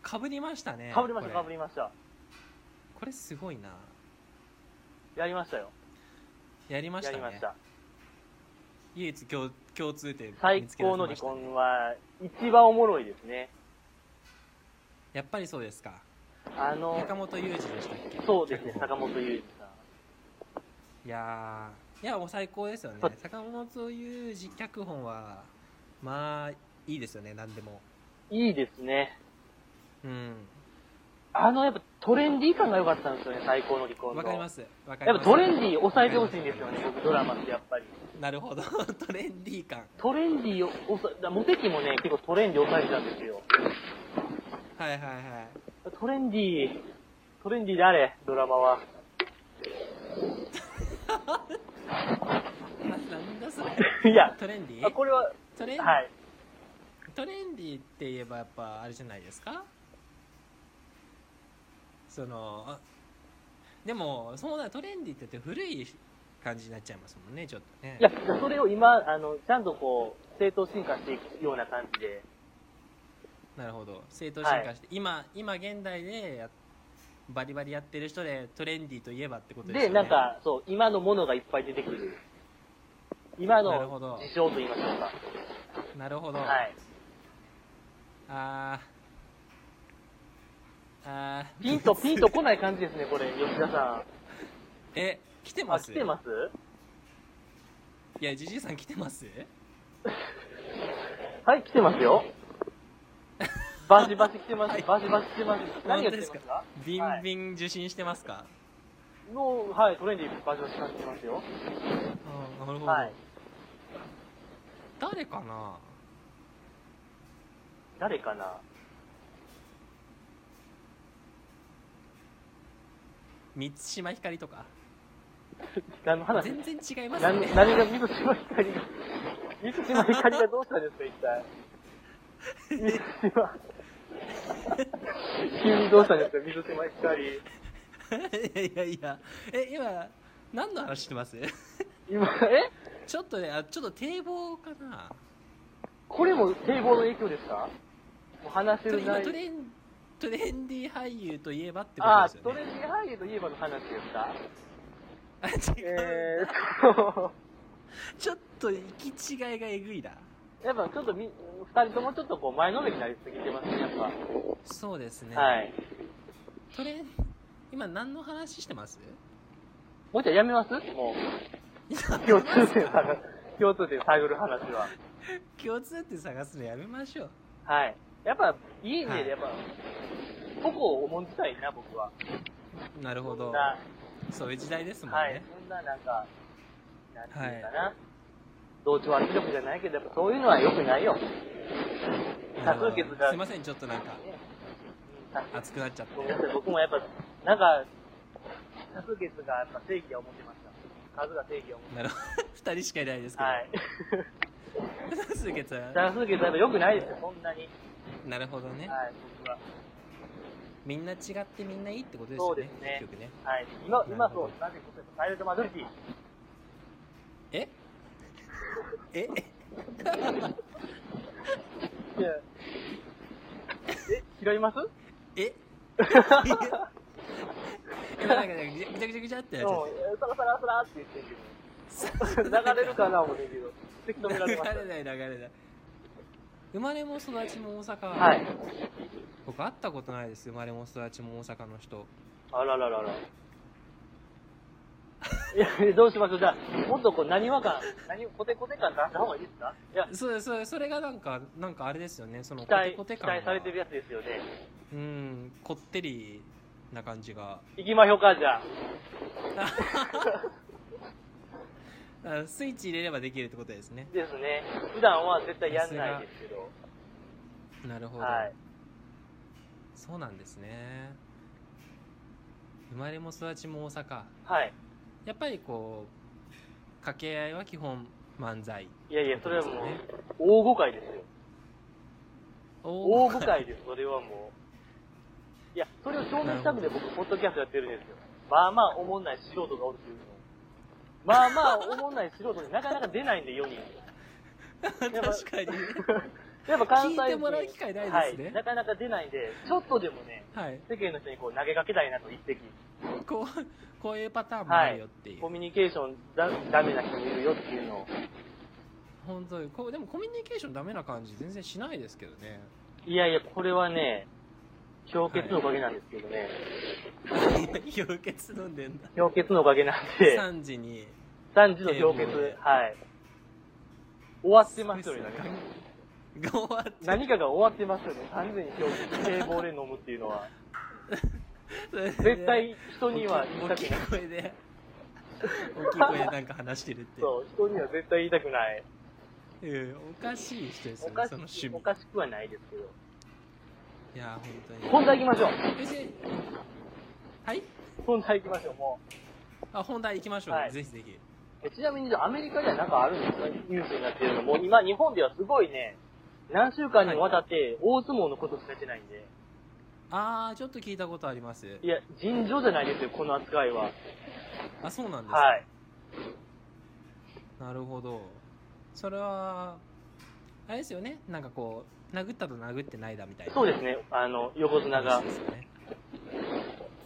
[SPEAKER 4] かぶりましたね
[SPEAKER 3] かぶりまし
[SPEAKER 4] こ
[SPEAKER 3] た、
[SPEAKER 4] れ
[SPEAKER 3] かぶりました。
[SPEAKER 4] これすごいな
[SPEAKER 3] やりましたよ。
[SPEAKER 4] やりまし
[SPEAKER 3] や
[SPEAKER 4] た
[SPEAKER 3] り
[SPEAKER 4] ね
[SPEAKER 3] ました。
[SPEAKER 4] 唯一共共通点
[SPEAKER 3] 最
[SPEAKER 4] 見つけ出せ
[SPEAKER 3] 高
[SPEAKER 4] ま
[SPEAKER 3] の離
[SPEAKER 4] したね
[SPEAKER 3] 婚は、一番おもろいですね。
[SPEAKER 4] やっぱりそうですか
[SPEAKER 3] あの、
[SPEAKER 4] 坂本雄二でしたっけ
[SPEAKER 3] そうですね、
[SPEAKER 4] 脚
[SPEAKER 3] 坂
[SPEAKER 4] 本
[SPEAKER 3] 本雄二さん。
[SPEAKER 4] いやーいやもう最高ですよね
[SPEAKER 3] そう
[SPEAKER 4] 坂本雄二脚本はまあいいですよね何でも
[SPEAKER 3] いいですね。
[SPEAKER 4] うん
[SPEAKER 3] あの、やっぱトレンディー感が良かったんですよね、最高の離婚の。
[SPEAKER 4] わかりますわかり
[SPEAKER 3] や
[SPEAKER 4] ま
[SPEAKER 3] っ
[SPEAKER 4] す
[SPEAKER 3] ぱトレンディー抑えてほしいんですよね、僕ドラマってやっぱり。
[SPEAKER 4] なるほど トレンディー感
[SPEAKER 3] トレンディーを抑え、だモテキもね、結構トレンディー抑えてたんですよ。
[SPEAKER 4] はいはいはい
[SPEAKER 3] トレンディー、トレンディーであれ、ドラマは。
[SPEAKER 4] ななんだそれ
[SPEAKER 3] いや、
[SPEAKER 4] トレンディ
[SPEAKER 3] あ
[SPEAKER 4] ー
[SPEAKER 3] これは、
[SPEAKER 4] トレン、
[SPEAKER 3] はい。
[SPEAKER 4] トレンディーって言えばやっぱあれじゃないですかそのあでもそうなトレンディーって言って古い感じになっちゃいますもんねちょっとね
[SPEAKER 3] いや、それを今、あの、ちゃんとこう、正当進化していくような感じで。
[SPEAKER 4] なるほど正当進化して、今今現代でやバリバリやってる人でトレンディーといえばってことですよ
[SPEAKER 3] で、
[SPEAKER 4] ね
[SPEAKER 3] なんか、そう、今のものがいっぱい出てくる。今
[SPEAKER 4] なるほ
[SPEAKER 3] の
[SPEAKER 4] ど
[SPEAKER 3] 事象と言いましょうか。
[SPEAKER 4] なるほど、
[SPEAKER 3] はい。
[SPEAKER 4] あーあー
[SPEAKER 3] ピンと、ピンと来ない感じですね、これ、吉田さ
[SPEAKER 4] え来て
[SPEAKER 3] ん。あ、
[SPEAKER 4] ます
[SPEAKER 3] 来てます
[SPEAKER 4] いやじじいさん来てます
[SPEAKER 3] はい、来てますよ。 バシバシ来てます、
[SPEAKER 4] はい
[SPEAKER 3] バシバシ来てます。何が来て
[SPEAKER 4] 本当で
[SPEAKER 3] ます
[SPEAKER 4] す
[SPEAKER 3] か
[SPEAKER 4] ビンビン受信してますか、
[SPEAKER 3] の、はい、トレンディーバシバシ来てますよ。
[SPEAKER 4] あーなるほど、
[SPEAKER 3] はい。
[SPEAKER 4] 誰かな
[SPEAKER 3] 誰かな
[SPEAKER 4] 満島ひかりとか
[SPEAKER 3] 何の話
[SPEAKER 4] 全然違います
[SPEAKER 3] 何
[SPEAKER 4] ね
[SPEAKER 3] 何が水島ひかりが、水島ひかりがどうしたんですか、一体。水島。急にどうしたんですか、水島ひかり。
[SPEAKER 4] いやいやえ今何の話してます
[SPEAKER 3] 今、え
[SPEAKER 4] ちょっとねあちょっと堤防かな
[SPEAKER 3] これも堤防の影響ですかもう話して
[SPEAKER 4] トレ
[SPEAKER 3] る
[SPEAKER 4] 今
[SPEAKER 3] 内
[SPEAKER 4] ト
[SPEAKER 3] 容。
[SPEAKER 4] レントレンディー俳優といえばってこ
[SPEAKER 3] ああ、
[SPEAKER 4] とです
[SPEAKER 3] ト
[SPEAKER 4] よ
[SPEAKER 3] レ
[SPEAKER 4] ね
[SPEAKER 3] ンディ俳優といえばの話ですか
[SPEAKER 4] あ違う、
[SPEAKER 3] えーっと、
[SPEAKER 4] ちょっと行き違いがえぐいな
[SPEAKER 3] やっぱちょっとみ、二人ともちょっとこう前のめりになりすぎてますね、やっぱ。
[SPEAKER 4] そうですね、
[SPEAKER 3] はい。
[SPEAKER 4] トレン今何の話してます
[SPEAKER 3] もう一回やめますも
[SPEAKER 4] いや
[SPEAKER 3] う、共通点探す、共通点探る話は。
[SPEAKER 4] 共通って探すのやめましょう
[SPEAKER 3] はい。やっぱ、いい
[SPEAKER 4] は
[SPEAKER 3] ね
[SPEAKER 4] い
[SPEAKER 3] やっぱ、ここを重んじたいな、僕は。
[SPEAKER 4] なるほ
[SPEAKER 3] そ
[SPEAKER 4] ど
[SPEAKER 3] んな、
[SPEAKER 4] そういう時代ですもんね、
[SPEAKER 3] はい。そんな、なんか、なんていうかな。同調圧力じゃないけど、やっぱそういうのは良くないよ。
[SPEAKER 4] なるほど
[SPEAKER 3] 多数決が
[SPEAKER 4] すいませんちょっとなんか
[SPEAKER 3] うん
[SPEAKER 4] 熱くなっちゃって
[SPEAKER 3] ごめんなさい、僕もやっぱ、なんか、多数決がやっぱ正義を持ってました。数が正義を持って
[SPEAKER 4] なるほど 2人しかいないですけど、
[SPEAKER 3] はい。
[SPEAKER 4] 数決は
[SPEAKER 3] 多数決はやっぱ良くないですよ、そんなに。
[SPEAKER 4] なるほどね、
[SPEAKER 3] はい、僕は。
[SPEAKER 4] みんな違ってみんないいってことです
[SPEAKER 3] そ
[SPEAKER 4] よ
[SPEAKER 3] う
[SPEAKER 4] ね
[SPEAKER 3] ですね
[SPEAKER 4] 結局ね
[SPEAKER 3] はい。今、
[SPEAKER 4] な
[SPEAKER 3] 今
[SPEAKER 4] る
[SPEAKER 3] そ
[SPEAKER 4] ほど
[SPEAKER 3] う、なぜことサイレントマジョリティ。
[SPEAKER 4] ええ
[SPEAKER 3] いやえ、拾います
[SPEAKER 4] え 今なんかねぐちゃぐちゃぐちゃって
[SPEAKER 3] う、
[SPEAKER 4] なんっちゃっ
[SPEAKER 3] サラサラサラって言ってるけど。
[SPEAKER 4] て
[SPEAKER 3] 流れるかな思うけど、せき止められました。
[SPEAKER 4] 流れない流れない 生まれも育ちも大阪、
[SPEAKER 3] はい。
[SPEAKER 4] 僕会ったことないです生まれも育ちも大阪の人
[SPEAKER 3] あらららら。いや、どうしましょう。じゃあ、もっとこう、何話感、何、コテコテ感出した方がいいですかいや、
[SPEAKER 4] そうですそうですそれがなんかなんかあれですよねその
[SPEAKER 3] 期待、
[SPEAKER 4] コテコテ
[SPEAKER 3] 期
[SPEAKER 4] 感が
[SPEAKER 3] 待されてるやつですよね。
[SPEAKER 4] うんこってりな感じが
[SPEAKER 3] 行きましょうか、じゃあ。
[SPEAKER 4] あスイッチ入れればできるってことですね
[SPEAKER 3] ですね。普段は絶対やんないですけど。
[SPEAKER 4] なるほど、
[SPEAKER 3] はい。
[SPEAKER 4] そうなんですね生まれも育ちも大阪
[SPEAKER 3] はい。
[SPEAKER 4] やっぱりこう掛け合いは基本漫才
[SPEAKER 3] いやいや、それはもう
[SPEAKER 4] ね、
[SPEAKER 3] 大誤解ですよ。
[SPEAKER 4] お
[SPEAKER 3] 大
[SPEAKER 4] ー
[SPEAKER 3] 誤解です、それはもう。いや、それを証明したくて僕、ポッドキャストやってるんですよ。まあまあ、おもんない素人がおるっていうの。まあまあ、おもんない素人になかなか出ないんで、世人。やっぱ
[SPEAKER 4] 確かに
[SPEAKER 3] やっぱ関西人
[SPEAKER 4] 聞いてもらう機会ないですね
[SPEAKER 3] はい、なかなか出ないんで、ちょっとでもね、
[SPEAKER 4] はい
[SPEAKER 3] 世間の人にこう投げかけたいなと一石。
[SPEAKER 4] こうこういうパターンもあるよっていう、
[SPEAKER 3] コミュニケーションだダメな人もいるよっていうのを。
[SPEAKER 4] 本当にこうでもコミュニケーションダメな感じ全然しないですけどね
[SPEAKER 3] いやいや、これはね、氷結のおかげなんですけどね。
[SPEAKER 4] 氷結飲んでんだ
[SPEAKER 3] 氷結のおかげなんで。
[SPEAKER 4] 3時に
[SPEAKER 3] 3時の氷
[SPEAKER 4] えーもうね
[SPEAKER 3] 結、はい。終わってますよね、
[SPEAKER 4] が終わって
[SPEAKER 3] 何かが終わってますよね、3時に氷結、堤防で飲むっていうのは。
[SPEAKER 4] それで
[SPEAKER 3] 絶対人には言いた
[SPEAKER 4] 大
[SPEAKER 3] く
[SPEAKER 4] きい
[SPEAKER 3] ない。
[SPEAKER 4] 声で大きい声でなんか話してるって
[SPEAKER 3] そう、人には絶対言いたくない。
[SPEAKER 4] うんおかしい人ですよ
[SPEAKER 3] お
[SPEAKER 4] ね
[SPEAKER 3] か
[SPEAKER 4] その
[SPEAKER 3] し
[SPEAKER 4] 趣
[SPEAKER 3] く、お
[SPEAKER 4] 味
[SPEAKER 3] かしくはないですけど。
[SPEAKER 4] いや
[SPEAKER 3] 本
[SPEAKER 4] 本当
[SPEAKER 3] 題行きましょう。
[SPEAKER 4] に別にはい
[SPEAKER 3] 本題行きましょう、も
[SPEAKER 4] あ本題行きましょう、
[SPEAKER 3] はい
[SPEAKER 4] ぜひぜひ
[SPEAKER 3] う。えちなみに、じゃあアメリカではなんかあるんですかニュースになってるの。もう今、日本ではすごいね、何週間にもわたって大相撲のことしかしてないんで。
[SPEAKER 4] ああちょっと聞いたことあります
[SPEAKER 3] いや、尋常じゃないですよ、この扱いは。
[SPEAKER 4] あそうなんですか、
[SPEAKER 3] はい。
[SPEAKER 4] なるほどそれはあれですよねなんかこう殴ったと殴ってないだみたいな
[SPEAKER 3] そうですね、あの、横綱が
[SPEAKER 4] 話ですよね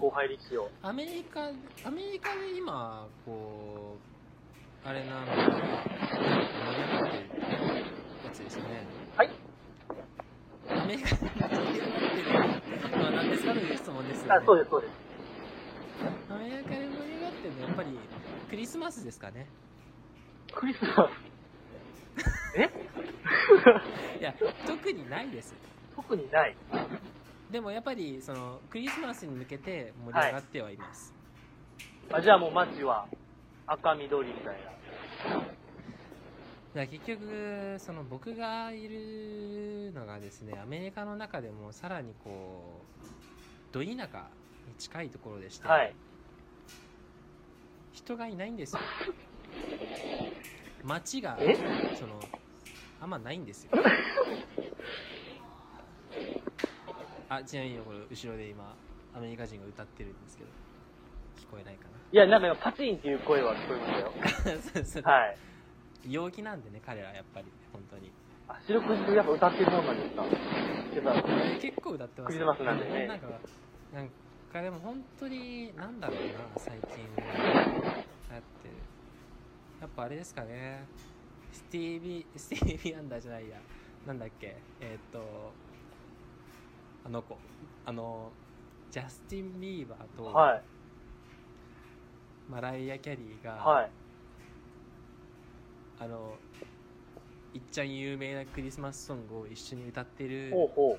[SPEAKER 3] 後輩力士を。
[SPEAKER 4] アメリカアメリカで今こうあれなのか盛り上がってるやつですよね
[SPEAKER 3] はい
[SPEAKER 4] アメリカで盛り上がってるのは何ですかという質問ですよ、ね、
[SPEAKER 3] あ、そうです、そうです。
[SPEAKER 4] アメリカで盛り上がってるのはやっぱりクリスマスですかね
[SPEAKER 3] クリスマス。え
[SPEAKER 4] いや特にないです
[SPEAKER 3] 特にない。
[SPEAKER 4] でもやっぱりそのクリスマスに向けて盛り上がってはいます、
[SPEAKER 3] あ、じゃあもう街は赤緑みたい
[SPEAKER 4] だから結局その僕がいるのがですねアメリカの中でもさらにこうど田舎に近いところでして、
[SPEAKER 3] な。はい。
[SPEAKER 4] 人がいないん ですよ街が
[SPEAKER 3] え
[SPEAKER 4] そのあんまないんです よあちなみにこれ後ろで今アメリカ人が歌ってるんですけど聞こえないか
[SPEAKER 3] いや、なんか今パチンっていう声は聞こえましたよ。
[SPEAKER 4] なそうそう
[SPEAKER 3] はい。
[SPEAKER 4] 陽気なんでね彼らやっぱり本当に
[SPEAKER 3] あ、白くじってやっぱ歌ってるもんなんですかやっぱ
[SPEAKER 4] 結構歌ってます
[SPEAKER 3] クリスマスなんでね
[SPEAKER 4] なんかなんかでも本当になんだろうな最近だってやっぱあれですかねスティービースティービーアンダーじゃないやなんだっけえーっとあの子あのジャスティン・ビーバーと
[SPEAKER 3] はい。
[SPEAKER 4] マライア・キャリーが、
[SPEAKER 3] はい。
[SPEAKER 4] あのいっちゃん有名なクリスマスソングを一緒に歌ってる
[SPEAKER 3] ほうほう。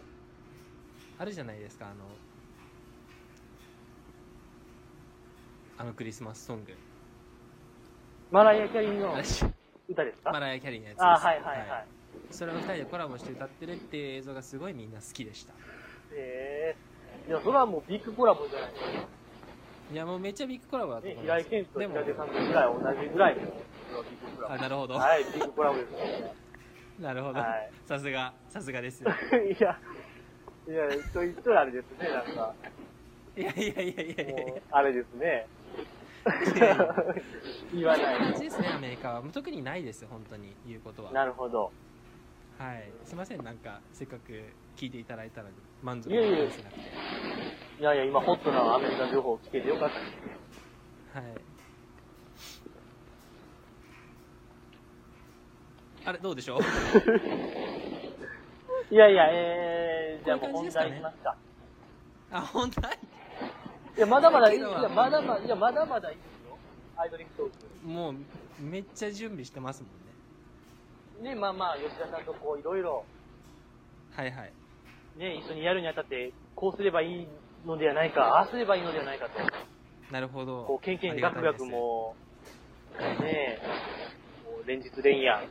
[SPEAKER 4] あるじゃないですかあのあのクリスマスソング
[SPEAKER 3] マライア・キャリーの
[SPEAKER 4] あれし
[SPEAKER 3] 歌ですか、
[SPEAKER 4] マライア・キャリーのやつです
[SPEAKER 3] あ、はいはいはい。
[SPEAKER 4] それを2人でコラボして歌ってるっていう映像がすごいみんな好きでした
[SPEAKER 3] へえいや、それはもうビッグコラボじゃないですか。
[SPEAKER 4] いやもうめっちゃビッグコラボだと
[SPEAKER 3] ね
[SPEAKER 4] 思、いま
[SPEAKER 3] 平
[SPEAKER 4] す
[SPEAKER 3] 井堅と
[SPEAKER 4] でも
[SPEAKER 3] 平手さんのぐらい同じぐらいのビッグコラ
[SPEAKER 4] あなるほ
[SPEAKER 3] ボ。
[SPEAKER 4] ど、
[SPEAKER 3] はい、ビッグコラボですね。
[SPEAKER 4] なるほど、
[SPEAKER 3] はい
[SPEAKER 4] さすがさすがです
[SPEAKER 3] いや、いや、と言ったらあれですね、なんか、
[SPEAKER 4] いやいやいやいやいや
[SPEAKER 3] もう、あれですね。 言わない
[SPEAKER 4] 感じですねアメリカは特にないです本当に言うことは
[SPEAKER 3] と。なるほど。
[SPEAKER 4] はいすいませんなんかせっかく聞いていただいたのに満足
[SPEAKER 3] いやいや
[SPEAKER 4] せなくて
[SPEAKER 3] いやいや、今ホットなアメリカ情報を聞けてよかったです。
[SPEAKER 4] はい。あれ、どうでしょう
[SPEAKER 3] いやいや、えー、じゃあもう
[SPEAKER 4] こうい
[SPEAKER 3] 本
[SPEAKER 4] う感
[SPEAKER 3] 題
[SPEAKER 4] じですかね
[SPEAKER 3] いきますか。
[SPEAKER 4] あ、本題
[SPEAKER 3] いや、まだまだいい、
[SPEAKER 4] で
[SPEAKER 3] い
[SPEAKER 4] き
[SPEAKER 3] や、
[SPEAKER 4] るわ
[SPEAKER 3] まだまだ、いや、まだまだいいですよ。アイドリングトーク。
[SPEAKER 4] もう、めっちゃ準備してますもんね。
[SPEAKER 3] ね、まあまあ、吉田さんとこう、いろいろ、
[SPEAKER 4] はいはい。
[SPEAKER 3] ね、一緒にやるにあたって、こうすればいいのではないか、ああすればいいのではないかと、
[SPEAKER 4] なるほど。
[SPEAKER 3] こう、けんけ
[SPEAKER 4] あ
[SPEAKER 3] ん
[SPEAKER 4] り
[SPEAKER 3] が
[SPEAKER 4] がた
[SPEAKER 3] く
[SPEAKER 4] い
[SPEAKER 3] が
[SPEAKER 4] です
[SPEAKER 3] くもう、ね、もう連日連夜、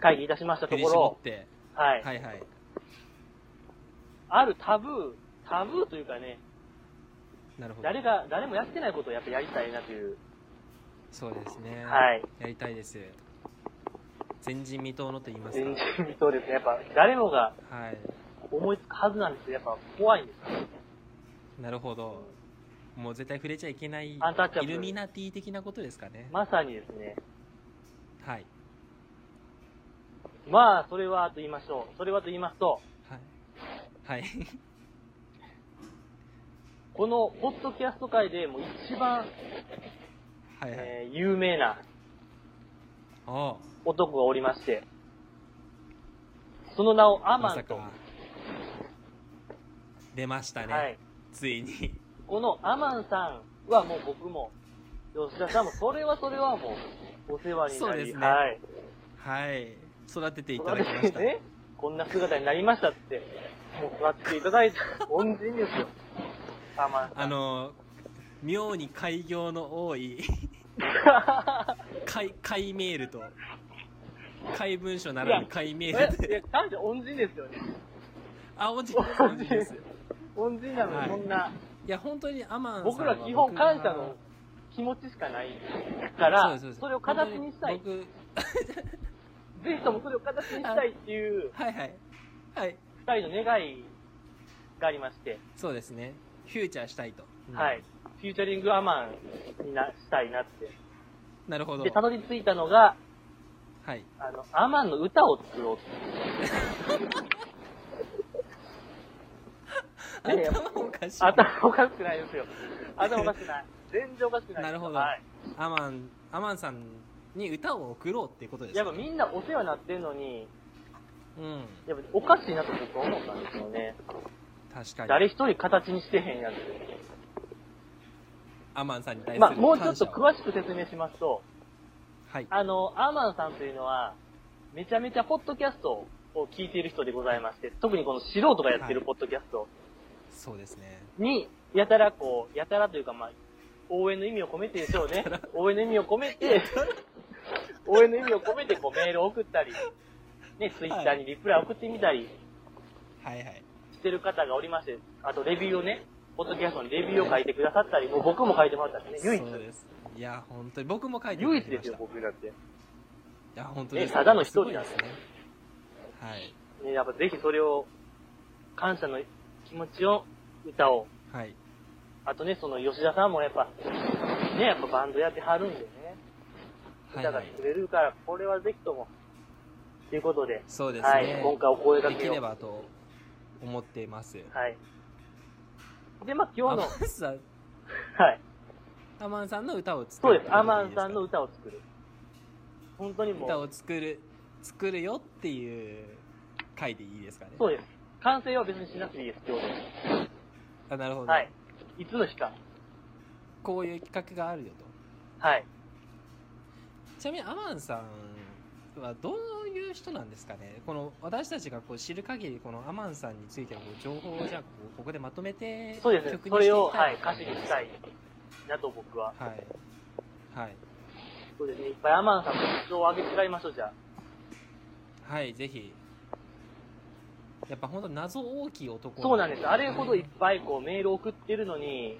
[SPEAKER 3] 会議いたしました
[SPEAKER 4] 振
[SPEAKER 3] と
[SPEAKER 4] り
[SPEAKER 3] ころ
[SPEAKER 4] 絞っ、て。
[SPEAKER 3] はい。
[SPEAKER 4] はいはい。
[SPEAKER 3] あるタブー、タブーというかね、
[SPEAKER 4] なるほど
[SPEAKER 3] 誰が、誰もやってないことをやっぱやりたいなという。
[SPEAKER 4] そうですね
[SPEAKER 3] はい。
[SPEAKER 4] やりたいです前人未到のと言いますか
[SPEAKER 3] 前人未到ですね。やっぱ、誰もが
[SPEAKER 4] はい
[SPEAKER 3] 思いつくはずなんですよ。やっぱ、怖いんですよ。
[SPEAKER 4] なるほどもう絶対触れちゃいけない
[SPEAKER 3] アンタッチャ
[SPEAKER 4] イ
[SPEAKER 3] ブル
[SPEAKER 4] ルミナティ的なことですかね、
[SPEAKER 3] まさにですね。
[SPEAKER 4] はい
[SPEAKER 3] まあ、それはと言いましょう。それはと言いますと、
[SPEAKER 4] はいはい
[SPEAKER 3] この、ポッドキャスト界でもう一番、
[SPEAKER 4] はいはい、
[SPEAKER 3] えー有名な
[SPEAKER 4] おう
[SPEAKER 3] 男がおりまして、その名をアマ
[SPEAKER 4] ま
[SPEAKER 3] ン
[SPEAKER 4] さ
[SPEAKER 3] と、
[SPEAKER 4] か出ましたね、
[SPEAKER 3] はい。
[SPEAKER 4] ついに
[SPEAKER 3] このアマンさんはもう僕も、吉田さんも、それはそれはもう、お世話に
[SPEAKER 4] そ
[SPEAKER 3] な
[SPEAKER 4] うで
[SPEAKER 3] り、
[SPEAKER 4] すね
[SPEAKER 3] はい。
[SPEAKER 4] はい育てていただきました、
[SPEAKER 3] ね、 こんな姿になりましたって、もう座っていただいて、恩人ですよ。アマンさん。
[SPEAKER 4] あ、の妙に開業の多い開開メールと開文書ならぬ開 メール
[SPEAKER 3] え、い
[SPEAKER 4] で、
[SPEAKER 3] や感謝恩人ですよね。
[SPEAKER 4] あ恩人です恩人ですい
[SPEAKER 3] 恩人なの
[SPEAKER 4] は
[SPEAKER 3] に、
[SPEAKER 4] い
[SPEAKER 3] そんな、
[SPEAKER 4] や本当にアマンさんは
[SPEAKER 3] 僕ら基本感謝の気持ちしかないか
[SPEAKER 4] う
[SPEAKER 3] ら、
[SPEAKER 4] うう
[SPEAKER 3] それを形にしたい。ぜ
[SPEAKER 4] 僕
[SPEAKER 3] ひともそれを形にしたいっていう、
[SPEAKER 4] はいはいはい
[SPEAKER 3] 二人の願いがありまして、
[SPEAKER 4] そうですねフューチャーしたいと、うん
[SPEAKER 3] はい。フューチャリングアマンにな、したいなって。
[SPEAKER 4] なるほど
[SPEAKER 3] で、たどり着いたのが、
[SPEAKER 4] はい
[SPEAKER 3] あの、アマンの歌を作ろうっていやいや
[SPEAKER 4] 頭おかしい
[SPEAKER 3] 頭おかしくないですよ。頭おかしくない。全然おかしくない。
[SPEAKER 4] なるほど
[SPEAKER 3] はい。
[SPEAKER 4] アマンアマンさんに歌を送ろうっていうことです
[SPEAKER 3] や
[SPEAKER 4] か
[SPEAKER 3] っぱみんなお世話になってんのに、
[SPEAKER 4] うん
[SPEAKER 3] やっぱおかしいなと僕は思ったんですよね。
[SPEAKER 4] 確かに
[SPEAKER 3] 誰一人形にしてへんやつ。
[SPEAKER 4] アマンさんに対する
[SPEAKER 3] まあ、
[SPEAKER 4] 感謝を
[SPEAKER 3] もうちょっと詳しく説明しますと、
[SPEAKER 4] はい
[SPEAKER 3] あの、アーマンさんというのは、めちゃめちゃポッドキャストを聞いている人でございまして、特にこの素人がやってる
[SPEAKER 4] はい
[SPEAKER 3] ポッドキャスト
[SPEAKER 4] そうですね
[SPEAKER 3] に、やたらこう、やたらというかまあ、応援の意味を込めてでしょうね。応援の意味を込め て、応援の意味を込めてこうメールを送ったり、ね、ツイッターにリプライ送ってみたり
[SPEAKER 4] はいはい
[SPEAKER 3] してる方がおりまして、あとレビューをね、ポッドキャストにレビューを書いてくださったり、もう僕も書いてもらったんですね、唯一。
[SPEAKER 4] そうですいや本当に僕も書いていた
[SPEAKER 3] 唯
[SPEAKER 4] だ
[SPEAKER 3] 一
[SPEAKER 4] きま
[SPEAKER 3] で
[SPEAKER 4] すし
[SPEAKER 3] よ
[SPEAKER 4] た、
[SPEAKER 3] 僕だって。
[SPEAKER 4] いや本当に
[SPEAKER 3] ねただの一人なんですす
[SPEAKER 4] ごいですねはい
[SPEAKER 3] ね、やっぱぜひそれを、感謝の気持ちを歌おう。
[SPEAKER 4] はい
[SPEAKER 3] あとね、その吉田さんもやっぱ、ね、やっぱバンドやってはるんでね、
[SPEAKER 4] はい
[SPEAKER 3] 歌
[SPEAKER 4] は
[SPEAKER 3] が
[SPEAKER 4] い
[SPEAKER 3] 作れるから、これはぜひとも、ということで、
[SPEAKER 4] そうですね、
[SPEAKER 3] はい、今回お声
[SPEAKER 4] で
[SPEAKER 3] 掛
[SPEAKER 4] き
[SPEAKER 3] けを。
[SPEAKER 4] ればと思っています
[SPEAKER 3] はい。で、まあ今
[SPEAKER 4] ア
[SPEAKER 3] 日の
[SPEAKER 4] マ、ンさん
[SPEAKER 3] はい、
[SPEAKER 4] アマンさんの歌を作
[SPEAKER 3] そう
[SPEAKER 4] る
[SPEAKER 3] です。アマンさんの歌を作る。本当にも
[SPEAKER 4] 歌
[SPEAKER 3] う、
[SPEAKER 4] を作る作るよっていう回でいいですかね
[SPEAKER 3] そうです。完成は別にしなくていいです、今日で。
[SPEAKER 4] あなるほど、
[SPEAKER 3] はい。いつの日か。
[SPEAKER 4] こういう企画があるよと
[SPEAKER 3] はい。
[SPEAKER 4] ちなみにアマンさんはどういう人なんですかねこの私たちがこう知る限りこのアマンさんについてのこう情報をじゃあこうここでまとめて
[SPEAKER 3] そうですね。
[SPEAKER 4] 曲に
[SPEAKER 3] そ
[SPEAKER 4] していきたい
[SPEAKER 3] れを、はい、歌詞にしたい。だと僕は。
[SPEAKER 4] はいはい、
[SPEAKER 3] そうですね。いっぱいアマンさんの特徴を上げてらいましょう、じゃあ。
[SPEAKER 4] はい、ぜひやっぱ本当謎大きい男
[SPEAKER 3] そうなんです。あれほどいっぱいこうメール送ってるのに、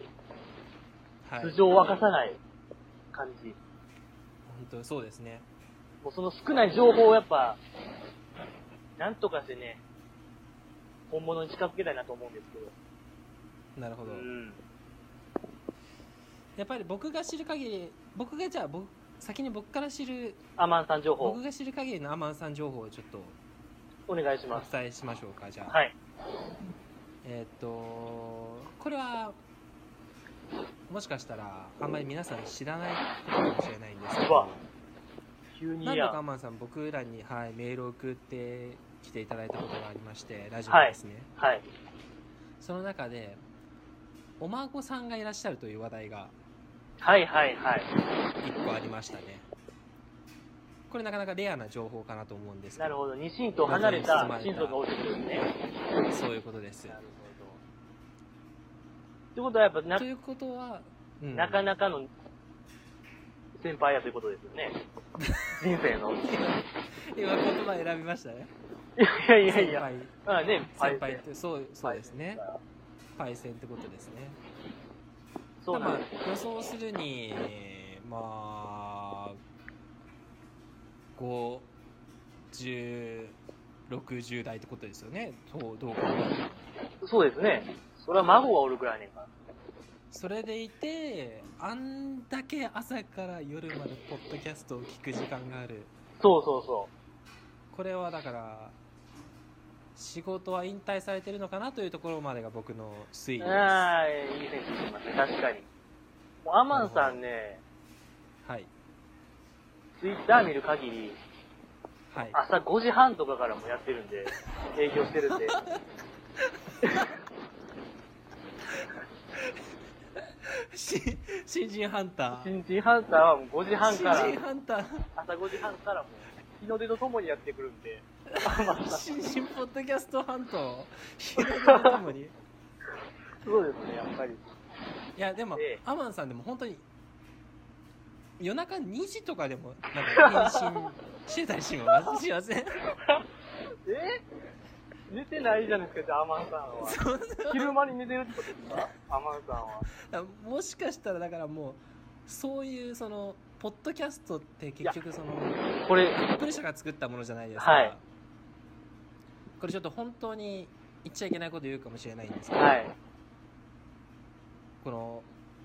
[SPEAKER 4] はい
[SPEAKER 3] 素性を明かさない感じ。
[SPEAKER 4] 本当そうですね
[SPEAKER 3] もうその少ない情報をやっぱ、なんとかしてね、本物に近づけたいなと思うんですけど。
[SPEAKER 4] なるほど、
[SPEAKER 3] うん。
[SPEAKER 4] やっぱり僕が知る限り僕がじゃあ僕先に僕から知る
[SPEAKER 3] アマンさん情報
[SPEAKER 4] 僕、が知る限りのアマンさん情報をちょっと
[SPEAKER 3] お願いし
[SPEAKER 4] お
[SPEAKER 3] ます。
[SPEAKER 4] 伝えしましょうかじゃあ、
[SPEAKER 3] はい。
[SPEAKER 4] えーっとこれはもしかしたらあんまり皆さん知らないことかもしれないんですけ
[SPEAKER 3] うわ
[SPEAKER 4] ど
[SPEAKER 3] 急に
[SPEAKER 4] 何度かア
[SPEAKER 3] や。
[SPEAKER 4] マンさん僕らに、はい、メールを送ってきていただいたことがありましてラジオですね、
[SPEAKER 3] はい。
[SPEAKER 4] その中でお孫さんがいらっしゃるという話題が
[SPEAKER 3] はいはいはい。
[SPEAKER 4] 1個ありましたねこれなかなかレアな情報かなと思うんですけ
[SPEAKER 3] なる
[SPEAKER 4] ど
[SPEAKER 3] ほど。二神と離れた神道が落ちてくるんですね。
[SPEAKER 4] そういうことです
[SPEAKER 3] なるほど。ってことはやっぱな
[SPEAKER 4] と、いうことは、うん
[SPEAKER 3] なかなかの先 輩やということですよね。人生の。
[SPEAKER 4] 今言葉選びましたね
[SPEAKER 3] いやいやい
[SPEAKER 4] 先
[SPEAKER 3] や。
[SPEAKER 4] 輩
[SPEAKER 3] まあね、
[SPEAKER 4] 先輩っ
[SPEAKER 3] パイセン
[SPEAKER 4] てそうそうですねパイセンってことですね
[SPEAKER 3] そうなん
[SPEAKER 4] ま
[SPEAKER 3] です。
[SPEAKER 4] あ予想するにまあ5060代ってことですよねどうどう考えても
[SPEAKER 3] そうですね。それは孫がおるくらいねんから。
[SPEAKER 4] それでいてあんだけ朝から夜までポッドキャストを聞く時間がある
[SPEAKER 3] そうそうそ
[SPEAKER 4] これはだから仕事は引退されてるのかなというところまでが僕の推理
[SPEAKER 3] う。
[SPEAKER 4] ですは
[SPEAKER 3] ああ、いい選手してますね。確かに。もうアマンさんね、
[SPEAKER 4] い
[SPEAKER 3] ツイッター見る限り、
[SPEAKER 4] はい
[SPEAKER 3] 朝5時半とかからもやってるんで、営業してるんで。
[SPEAKER 4] し新人ハンター
[SPEAKER 3] 新人ハンターはもう5時半
[SPEAKER 4] 新
[SPEAKER 3] から、
[SPEAKER 4] 人ハンター
[SPEAKER 3] 朝5時半からもう、日の出とともにやってくるんで、
[SPEAKER 4] 新人ポッドキャストハン ト日の出とともにい
[SPEAKER 3] そうですね、やっぱり。
[SPEAKER 4] やでも
[SPEAKER 3] ええ
[SPEAKER 4] アマンさんでも本当に夜中2時とかでもなんか返信してたりしますし ません
[SPEAKER 3] え寝てないじゃないですか、じゃあアマンさんは。
[SPEAKER 4] そんな
[SPEAKER 3] 昼間に寝てるってことですかアマンさんは。
[SPEAKER 4] だからもしかしたらだからもうそういうそのポッドキャストって結局その
[SPEAKER 3] これ、
[SPEAKER 4] アップル社が作ったものじゃないですか、
[SPEAKER 3] はい
[SPEAKER 4] これちょっと本当に言っちゃいけないこと言うかもしれないんですけど、
[SPEAKER 3] はい。
[SPEAKER 4] この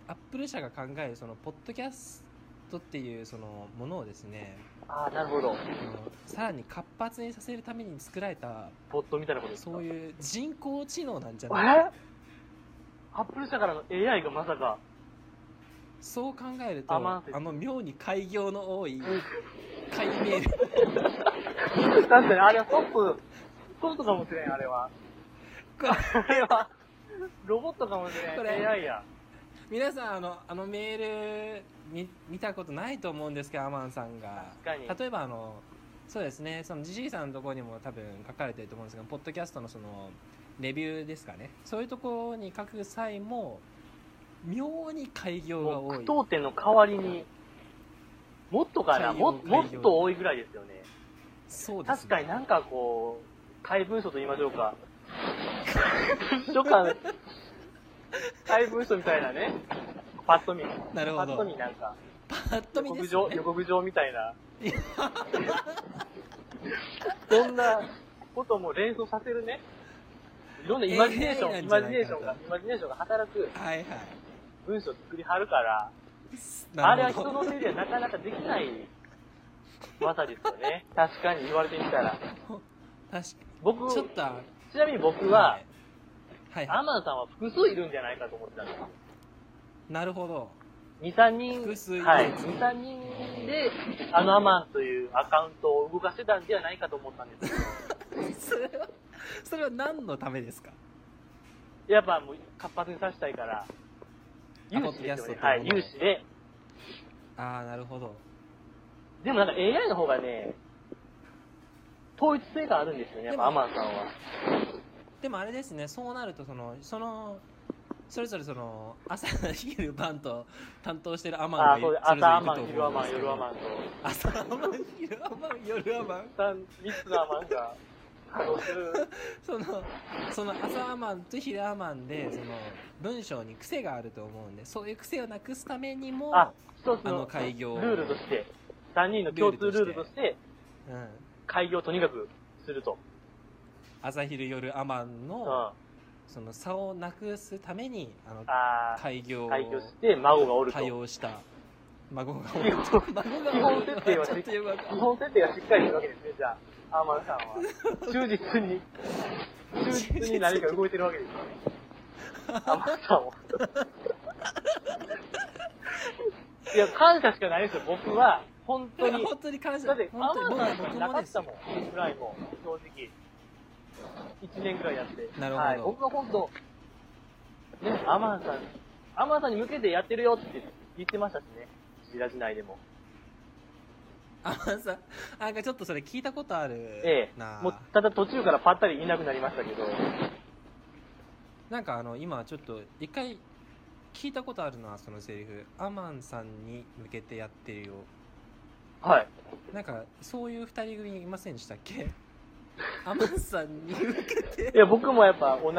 [SPEAKER 4] アップル社が考えるそのポッドキャストっていうそのものをですね
[SPEAKER 3] ああ、なるほど。
[SPEAKER 4] あのさらに活発にさせるために作られた
[SPEAKER 3] ボットみたいなことですか
[SPEAKER 4] そういう人工知能なんじゃ
[SPEAKER 3] え
[SPEAKER 4] ない
[SPEAKER 3] アップル社からの AI がまさか、
[SPEAKER 4] そう考えると
[SPEAKER 3] アマン
[SPEAKER 4] あ
[SPEAKER 3] セス
[SPEAKER 4] の妙に開業の多い解明
[SPEAKER 3] 確かにあれはソフト、ソフトかもしれん、あれは。
[SPEAKER 4] これ
[SPEAKER 3] あれは、ロボットかもしれん、
[SPEAKER 4] これ
[SPEAKER 3] AI や。
[SPEAKER 4] 皆さんあのあのメール見見たことないと思うんですけどアマンさんが
[SPEAKER 3] 確かに
[SPEAKER 4] 例えばあのそうですねそのジジイさんのところにも多分書かれてると思うんですけどポッドキャストのそのレビューですかねそういうところに書く際も妙に開業が
[SPEAKER 3] も
[SPEAKER 4] 多
[SPEAKER 3] う句
[SPEAKER 4] い
[SPEAKER 3] 読点の代わりに、もっとかな、
[SPEAKER 4] 採
[SPEAKER 3] も
[SPEAKER 4] 用
[SPEAKER 3] もっと多いぐらいですよね。
[SPEAKER 4] そうです、
[SPEAKER 3] 確かになんかこう、怪文書と言いましょう か。図書館、怪文書みたいなね。パッと見。
[SPEAKER 4] なるほ
[SPEAKER 3] パッと
[SPEAKER 4] ど
[SPEAKER 3] 見なんか、
[SPEAKER 4] パッと見
[SPEAKER 3] 予
[SPEAKER 4] で
[SPEAKER 3] 告
[SPEAKER 4] す、ね
[SPEAKER 3] 状、、予告状みたいな。
[SPEAKER 4] いや
[SPEAKER 3] そんなことも連想させるね。いろんなイマジネーション、
[SPEAKER 4] えー
[SPEAKER 3] イマジネーションが、
[SPEAKER 4] なん
[SPEAKER 3] イマジネーションが働く
[SPEAKER 4] はいはい
[SPEAKER 3] 文章作りはるから、あ
[SPEAKER 4] な
[SPEAKER 3] れは
[SPEAKER 4] る
[SPEAKER 3] 人
[SPEAKER 4] ほど
[SPEAKER 3] の手ではなかなかできない技ですよね。確かに言われてみたら。
[SPEAKER 4] 確
[SPEAKER 3] 僕、
[SPEAKER 4] かちょっ
[SPEAKER 3] ち
[SPEAKER 4] とは
[SPEAKER 3] なみに僕
[SPEAKER 4] い
[SPEAKER 3] は、
[SPEAKER 4] はいは
[SPEAKER 3] アマンさんは複数いるんじゃないかと思ってたんですよ。
[SPEAKER 4] いなるほど
[SPEAKER 3] 2、3人、
[SPEAKER 4] 複数いる
[SPEAKER 3] はい、2、3人で、あのアマンというアカウントを動かしてたんじゃないかと思ったんですけど、
[SPEAKER 4] それはそれは何のためですか
[SPEAKER 3] やっぱもう活発にさせたいから、有志ですよね。はい、有志で。
[SPEAKER 4] ああなるほど
[SPEAKER 3] でもなんか AI の方がね、統一性があるんですよね、やっぱアマンさんは。
[SPEAKER 4] でもあれですねそうなるとそのそのそれぞれその朝昼晩と担当してるアマ
[SPEAKER 3] あ
[SPEAKER 4] ン
[SPEAKER 3] そう
[SPEAKER 4] が
[SPEAKER 3] で朝アマ
[SPEAKER 4] そ
[SPEAKER 3] ン、
[SPEAKER 4] れぞれいる
[SPEAKER 3] 昼
[SPEAKER 4] と
[SPEAKER 3] ア
[SPEAKER 4] 思うん
[SPEAKER 3] マ
[SPEAKER 4] で
[SPEAKER 3] ン、
[SPEAKER 4] すけ
[SPEAKER 3] 夜
[SPEAKER 4] ど
[SPEAKER 3] アマンと、
[SPEAKER 4] 朝アマン昼アマン夜アマン
[SPEAKER 3] 3つのアマンが稼働する。
[SPEAKER 4] そのその朝アマンと昼アマンでその文章に癖があると思うんでそういう癖をなくすためにも
[SPEAKER 3] あ、一つ
[SPEAKER 4] あの
[SPEAKER 3] の
[SPEAKER 4] 開業
[SPEAKER 3] ルールとして、3人の共通ルールとして、
[SPEAKER 4] うん、
[SPEAKER 3] 開業をとにかくすると。
[SPEAKER 4] 朝昼夜アマン
[SPEAKER 3] うん。
[SPEAKER 4] の
[SPEAKER 3] あ
[SPEAKER 4] その差をなくすためにあの
[SPEAKER 3] あ
[SPEAKER 4] 開業
[SPEAKER 3] ー、
[SPEAKER 4] を
[SPEAKER 3] 開業して孫がおると。
[SPEAKER 4] 多
[SPEAKER 3] 基
[SPEAKER 4] 用 した孫が
[SPEAKER 3] 基本
[SPEAKER 4] 孫が
[SPEAKER 3] 基本設定は
[SPEAKER 4] ちょっとよくわかんない
[SPEAKER 3] 本設定がしっかりするわけですね、じゃあ、アーマンさんは。忠実に、忠実に何か動いてるわけですよね。アーマンさんは。いや、感謝しかないですよ、僕は。本当 に。
[SPEAKER 4] 本当に感謝
[SPEAKER 3] だって、ア
[SPEAKER 4] 本当に
[SPEAKER 3] ーマンさん
[SPEAKER 4] 僕
[SPEAKER 3] も
[SPEAKER 4] も
[SPEAKER 3] な
[SPEAKER 4] 僕
[SPEAKER 3] か
[SPEAKER 4] も
[SPEAKER 3] っ
[SPEAKER 4] です
[SPEAKER 3] たもん、ぐらいも、正直。1年ぐらいやって。
[SPEAKER 4] なるほど
[SPEAKER 3] はい、僕は本当、ね、アーマンさん、アーマンさんに向けてやってるよって言ってましたしね。ジラジ内でも。
[SPEAKER 4] あさなんかちょっとそれ聞いたことある
[SPEAKER 3] ええ
[SPEAKER 4] な、
[SPEAKER 3] もうただ途中からぱったりいなくなりましたけど、
[SPEAKER 4] なんかあの今ちょっと一回聞いたことあるなそのセリフアマンさんに向けてやってるよ
[SPEAKER 3] はい。
[SPEAKER 4] なんかそういう二人組いませんでしたっけアマンさんに向けて
[SPEAKER 3] いや、僕もやっぱ同じ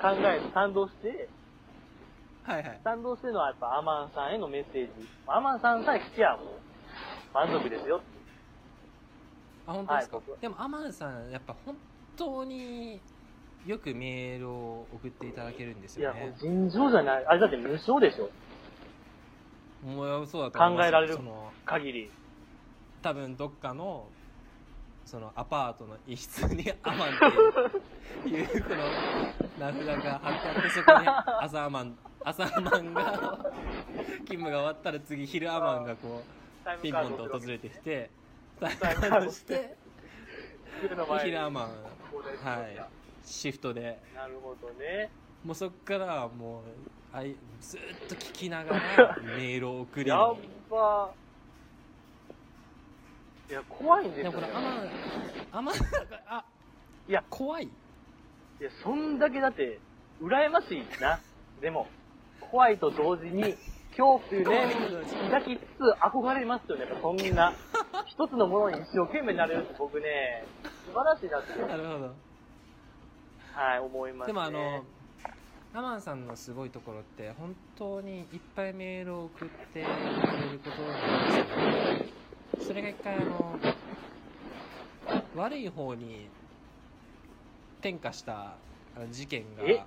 [SPEAKER 3] 考え、賛同して、
[SPEAKER 4] はいはい
[SPEAKER 3] 賛同してるのはやっぱアマンさんへのメッセージ。アマンさんさえ聞きゃもう満足ですよ。
[SPEAKER 4] あ本当ですか、
[SPEAKER 3] はい僕は
[SPEAKER 4] でもアマンさんやっぱ本当によくメールを送っていただけるんです
[SPEAKER 3] い
[SPEAKER 4] よ
[SPEAKER 3] や、もう
[SPEAKER 4] ね
[SPEAKER 3] 尋常じゃない。あれだって無償でしょ。
[SPEAKER 4] もうそうだと思います
[SPEAKER 3] 考えられる
[SPEAKER 4] その
[SPEAKER 3] 限り。
[SPEAKER 4] 多分どっかのそのアパートの一室にアマンっていうこの名札が貼ってあってそこに朝アマン朝アマンが勤務が終わったら次昼アマンがこ
[SPEAKER 3] タイ
[SPEAKER 4] うピンポンと訪れてきてタイ
[SPEAKER 3] タイムカード
[SPEAKER 4] ムアウトして
[SPEAKER 3] 昼の
[SPEAKER 4] 昼ア
[SPEAKER 3] 前に。
[SPEAKER 4] マンはい
[SPEAKER 3] は
[SPEAKER 4] シフトで
[SPEAKER 3] い。なるほどね。
[SPEAKER 4] もうそっからはもうあいずーっと聞きながらメールを送り
[SPEAKER 3] やっば。いや、怖いんです
[SPEAKER 4] で
[SPEAKER 3] よ、
[SPEAKER 4] もこれ
[SPEAKER 3] ね。
[SPEAKER 4] アマンアマンあ
[SPEAKER 3] いや
[SPEAKER 4] 怖い
[SPEAKER 3] いや、そんだけだって、羨ましいな。でも、怖いと同時に、恐怖というね、抱きつつ憧れますよね。やっぱそんな、一つのものに一生懸命になれるって僕ね、素晴らしいなって、
[SPEAKER 4] なるほど
[SPEAKER 3] はい、思います、
[SPEAKER 4] で
[SPEAKER 3] ね。
[SPEAKER 4] もあの、アマンさんのすごいところって本当にいっぱいメールを送ってくれることなんですけどそれが一回あの悪い方に転化したあの事件が
[SPEAKER 3] え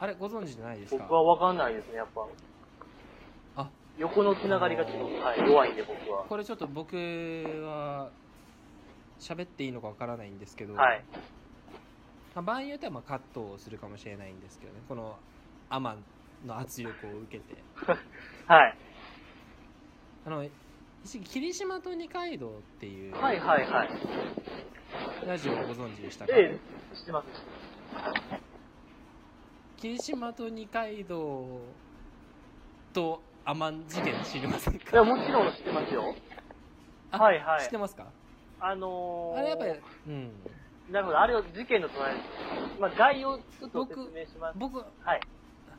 [SPEAKER 4] あれご存知じゃないですか
[SPEAKER 3] 僕はわかんないですね、やっぱ。
[SPEAKER 4] あ
[SPEAKER 3] 横のつながりがちょっと、はい、弱いんで僕は。
[SPEAKER 4] これちょっと僕は喋っていいのかわからないんですけど、
[SPEAKER 3] はい。
[SPEAKER 4] まあ、場合によってはまあカットをするかもしれないんですけどねこのアマンの圧力を受けて
[SPEAKER 3] はい。
[SPEAKER 4] あの一時霧島と二階堂っていう
[SPEAKER 3] はいはいはい。
[SPEAKER 4] ラジオをご存知でしたか、
[SPEAKER 3] ええ、知ってます。
[SPEAKER 4] 霧島と二階堂とアマン事件知りません
[SPEAKER 3] いや、
[SPEAKER 4] か
[SPEAKER 3] もちろん知ってますよ。
[SPEAKER 4] あ
[SPEAKER 3] はいはい
[SPEAKER 4] 知ってますか
[SPEAKER 3] あのー、
[SPEAKER 4] あれやっぱり、うん、
[SPEAKER 3] なるほど、あれを事件の隣に、まあ、概要をちょっと説明します。
[SPEAKER 4] 僕はい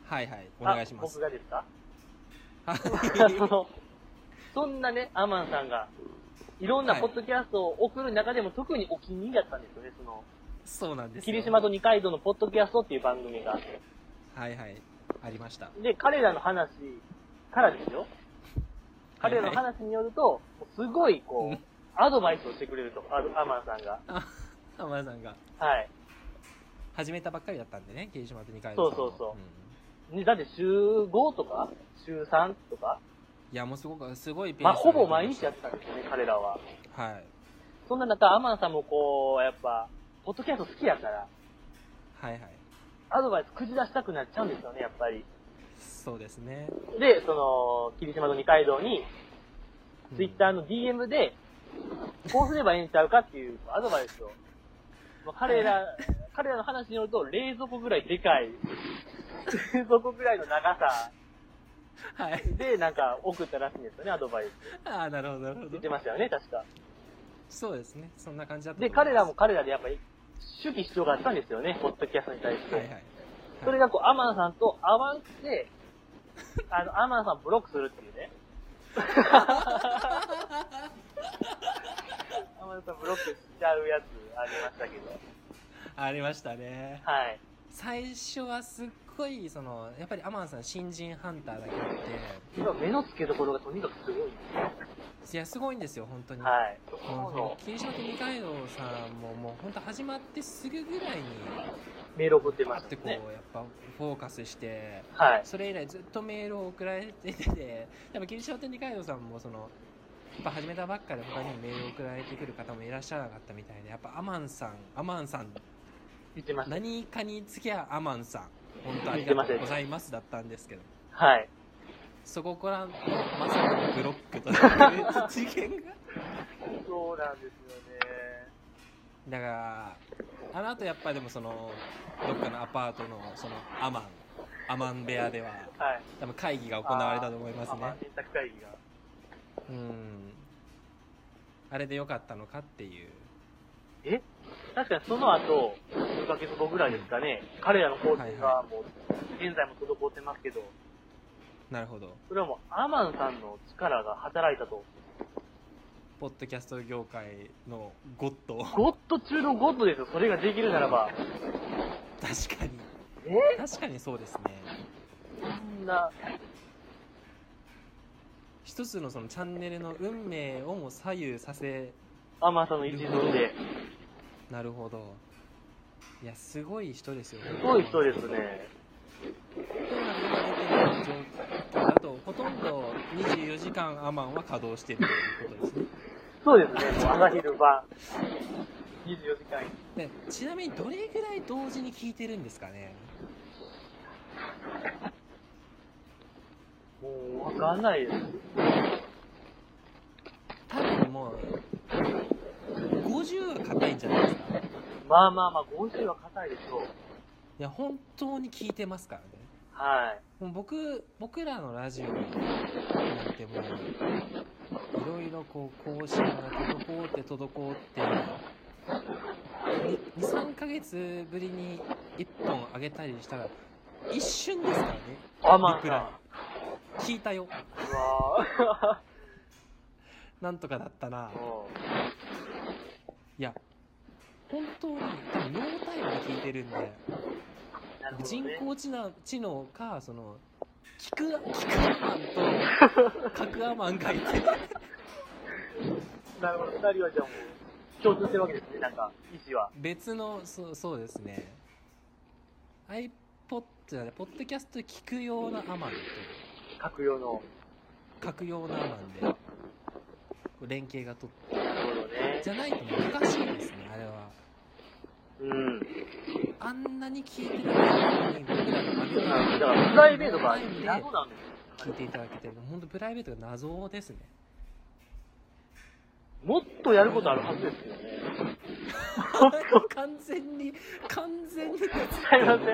[SPEAKER 3] はい。
[SPEAKER 4] はいお願いしま
[SPEAKER 3] あ僕
[SPEAKER 4] す
[SPEAKER 3] がですかそ
[SPEAKER 4] は
[SPEAKER 3] の そんなね、アマンさんが、いろんなポッドキャストを送る中でも特にお気に入りだったんですよね、その、
[SPEAKER 4] い そうなんですよ
[SPEAKER 3] 霧島と二階堂のポッドキャストっていう番組があって。
[SPEAKER 4] はいはいありました
[SPEAKER 3] で、彼らの話からですよ。彼らの話によると、すごい、
[SPEAKER 4] う、
[SPEAKER 3] こうんアドバイスをしてくれると、あアマンさんが。
[SPEAKER 4] あアマンさんが
[SPEAKER 3] はい。
[SPEAKER 4] 始めたばっかりだったんでね霧島と二階堂さんも
[SPEAKER 3] そうそうそう
[SPEAKER 4] うん
[SPEAKER 3] ねだって週5とか、週3とか、
[SPEAKER 4] いやもうすごくすごいペース
[SPEAKER 3] まあ、ほぼ毎日や
[SPEAKER 4] っ
[SPEAKER 3] ってたんですよね、彼らは。
[SPEAKER 4] たはい
[SPEAKER 3] そんな中、アマンさんもこう、やっぱ、ポッドキャスト好きやから、
[SPEAKER 4] はいはい
[SPEAKER 3] アドバイス口出したくなっちゃうんですよね、やっぱり。
[SPEAKER 4] そうですね
[SPEAKER 3] で、その、霧島の二階堂に、ツイッター
[SPEAKER 4] の
[SPEAKER 3] の DM で、こうすればええんちゃうかっていうアドバイスを。まあ彼ら、彼らの話によると、冷蔵庫ぐらいでかい、冷蔵庫ぐらいの長さ
[SPEAKER 4] はい
[SPEAKER 3] で、なんか送ったらしいんですよね、アドバイス。
[SPEAKER 4] ああなるほどなるほ
[SPEAKER 3] 言っ
[SPEAKER 4] ど
[SPEAKER 3] てましたよね、確か。
[SPEAKER 4] そうですねそんな感じだったと
[SPEAKER 3] で、
[SPEAKER 4] 思います
[SPEAKER 3] 彼らも彼らでやっぱり、主義主張があったんですよね、ポッドキャストに対して。
[SPEAKER 4] はいはい
[SPEAKER 3] それがこう、アマンさんと合わんく て、あの、アマンさんブロックするっていう ね。アマンさんブロックしちゃうやつありましたけど。
[SPEAKER 4] ありましたね
[SPEAKER 3] はい。
[SPEAKER 4] 最初はすっごいそのやっぱりアマンさん新人ハンターだけあっ
[SPEAKER 3] 今目の付けどころがとにかくすごいんで
[SPEAKER 4] ていやすごいんですよ本当に
[SPEAKER 3] す。はい。
[SPEAKER 4] もうそ
[SPEAKER 3] の
[SPEAKER 4] の霧島と二階堂さんももう本当始まってすぐぐらいに
[SPEAKER 3] メール送ってま
[SPEAKER 4] あっ
[SPEAKER 3] して
[SPEAKER 4] こ
[SPEAKER 3] た
[SPEAKER 4] う、
[SPEAKER 3] ね。
[SPEAKER 4] やっぱフォーカスして
[SPEAKER 3] はい。
[SPEAKER 4] それ以来ずっとメールを送られてて、でも霧島天二階堂さんもその、やっぱ始めたばっかで他にもメールを送られてくる方もいらっしゃらなかったみたいで、やっぱアマンさん、アマンさん、
[SPEAKER 3] 言ってました。
[SPEAKER 4] 何かにつきゃアマンさん、本当ありがとうございますだったんですけど、
[SPEAKER 3] はい。
[SPEAKER 4] そこからのまさかのブロックという事件 が。
[SPEAKER 3] そうなんですよね。
[SPEAKER 4] だから、あの後やっぱでもその、どっかのアパートのそのアマン、アマン部屋では、
[SPEAKER 3] はい。
[SPEAKER 4] 多分会議が行われたと思います
[SPEAKER 3] アマ
[SPEAKER 4] ね
[SPEAKER 3] ン。選択会議が。
[SPEAKER 4] うんあれで良かったのかっていう
[SPEAKER 3] え確かにその後、数ヶ月後ぐらいですかね、彼らの更新がもう、現在も滞ってますけど、
[SPEAKER 4] なるほど
[SPEAKER 3] それはもうアマンさんの力が働いたと
[SPEAKER 4] ポッドキャスト業界のゴッド
[SPEAKER 3] ゴッド中のゴッドですよ、それができるならば。
[SPEAKER 4] 確かに
[SPEAKER 3] え
[SPEAKER 4] 確かにそうですね
[SPEAKER 3] そんな、
[SPEAKER 4] 一つのそのチャンネルの運命をも左右させ
[SPEAKER 3] 甘さの一存で。
[SPEAKER 4] なるほどいやすごい人ですよ
[SPEAKER 3] すごい人ですね。
[SPEAKER 4] というのが今出てる状況だと、ほとんど24時間アマンは稼働しているということですね。
[SPEAKER 3] そうですね、朝昼晩。24時間。
[SPEAKER 4] でちなみにどれぐらい同時に聞いてるんですかね
[SPEAKER 3] もう、わかんないです。
[SPEAKER 4] 多分もう、50は硬いんじゃないですかい
[SPEAKER 3] まあまあまあ、50は硬いでしょう。
[SPEAKER 4] や、本当に聞いてますからね。
[SPEAKER 3] はい。
[SPEAKER 4] もう僕、僕らのラジオなんてもう、いろいろこう、更新が滞って滞って、2、3ヶ月ぶりに1本上げたりしたら、一瞬ですからね。
[SPEAKER 3] アマン
[SPEAKER 4] リプ
[SPEAKER 3] さん。
[SPEAKER 4] ライ聞いたよ。
[SPEAKER 3] うわ
[SPEAKER 4] なんとかだったな
[SPEAKER 3] ー。も
[SPEAKER 4] いや、本当に、多分ノータイムで聞いてるんで、
[SPEAKER 3] うなるほど
[SPEAKER 4] 人
[SPEAKER 3] ね。
[SPEAKER 4] 工知能知能か、その、聞く、聞くアマンと、書くアマンがいて。
[SPEAKER 3] なるほど、二人はじゃあもう、共通してるわけですね、なんか、意思は。
[SPEAKER 4] 別のそうそうですね iPod じゃないポッドキャスト聞く用のアマン
[SPEAKER 3] 各用の。
[SPEAKER 4] と書く用のアマンでこう連携がとっ
[SPEAKER 3] なるほどね。
[SPEAKER 4] じゃないと難しいですねあれは
[SPEAKER 3] うん。
[SPEAKER 4] あんなに聞いてないのに僕らが
[SPEAKER 3] だ
[SPEAKER 4] 曲げた
[SPEAKER 3] から、プライベートが
[SPEAKER 4] タイムで
[SPEAKER 3] 謎なんですよ。
[SPEAKER 4] 聞いていただけてる本当プライベートが謎ですね
[SPEAKER 3] もっとやることあるはずですよね。
[SPEAKER 4] 完全に完全に
[SPEAKER 3] 違います、違います。違います。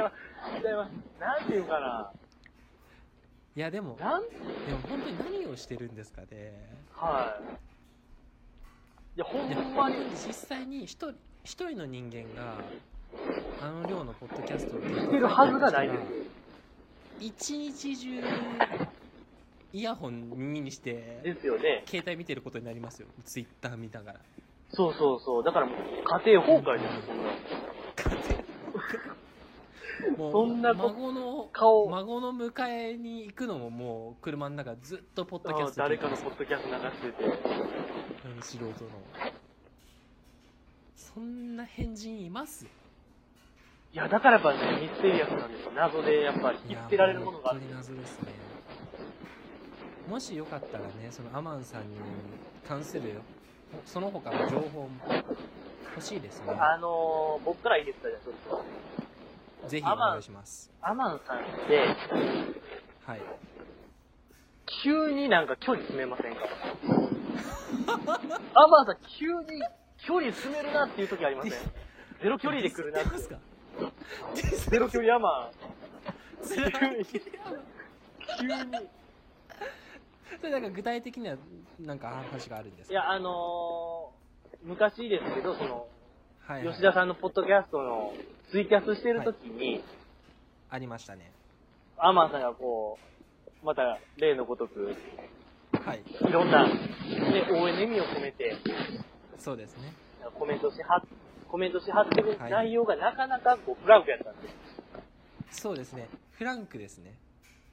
[SPEAKER 3] なんていうかな。
[SPEAKER 4] いやでも
[SPEAKER 3] なん、
[SPEAKER 4] でも本当に何をしてるんですかね
[SPEAKER 3] はい。いや、ほ
[SPEAKER 4] いや
[SPEAKER 3] んま
[SPEAKER 4] 本
[SPEAKER 3] に
[SPEAKER 4] 当、に実際に一人一人の人間があの量のポッドキャストを聞
[SPEAKER 3] 聞けるはずがないですよ。
[SPEAKER 4] 一日中イヤホン耳にして
[SPEAKER 3] ですよね。
[SPEAKER 4] 携帯見てることになりますよツイッター見ながら
[SPEAKER 3] そうそうそう。だからもう、家庭崩壊ですよ、そんな。
[SPEAKER 4] もう
[SPEAKER 3] そんなこと
[SPEAKER 4] 孫の
[SPEAKER 3] 顔
[SPEAKER 4] 孫の迎えに行くのももう車の中ずっとポッドキャ
[SPEAKER 3] あ
[SPEAKER 4] スト聞
[SPEAKER 3] 誰
[SPEAKER 4] いて
[SPEAKER 3] か
[SPEAKER 4] ま
[SPEAKER 3] の
[SPEAKER 4] す
[SPEAKER 3] ポッドキャスト流してて。
[SPEAKER 4] うん素人のそんな変人います
[SPEAKER 3] いや、だからやっぱね、ミステリアスなんですよ。謎で、やっぱ、引きつけられるものがあ
[SPEAKER 4] い
[SPEAKER 3] る
[SPEAKER 4] や本。当に謎ですねもしよかったらねそのアマンさんに関するその他の情報も欲しいですね
[SPEAKER 3] あのー、僕からいいですか、じゃあ、ちょっと。
[SPEAKER 4] ぜひお願いします
[SPEAKER 3] アマンさんって、
[SPEAKER 4] はい
[SPEAKER 3] 急になんか距離詰めませんかアマンさん、急に距離詰めるなっていう時ありませんゼロ距離で来るな
[SPEAKER 4] ディ
[SPEAKER 3] って
[SPEAKER 4] ス。ってますか
[SPEAKER 3] ゼ ロ距離アマン、
[SPEAKER 4] ディス
[SPEAKER 3] 急に
[SPEAKER 4] ってます
[SPEAKER 3] 急に。
[SPEAKER 4] それなんか具体的にはなんか話があるんです
[SPEAKER 3] い
[SPEAKER 4] か
[SPEAKER 3] や、あのー、昔ですけど、その、
[SPEAKER 4] はいはい
[SPEAKER 3] 吉田さんのポッドキャストのツイキャスしてる時に、
[SPEAKER 4] ありましたね
[SPEAKER 3] アマンさんがこう、また例のごとく、
[SPEAKER 4] はい
[SPEAKER 3] いろんな、ね、応援の意味を込めて、
[SPEAKER 4] そうですね
[SPEAKER 3] コメントしは、コメントしはってる
[SPEAKER 4] はい
[SPEAKER 3] 内容がなかなかこう、フランクやったんですよ
[SPEAKER 4] そうですねフランクですね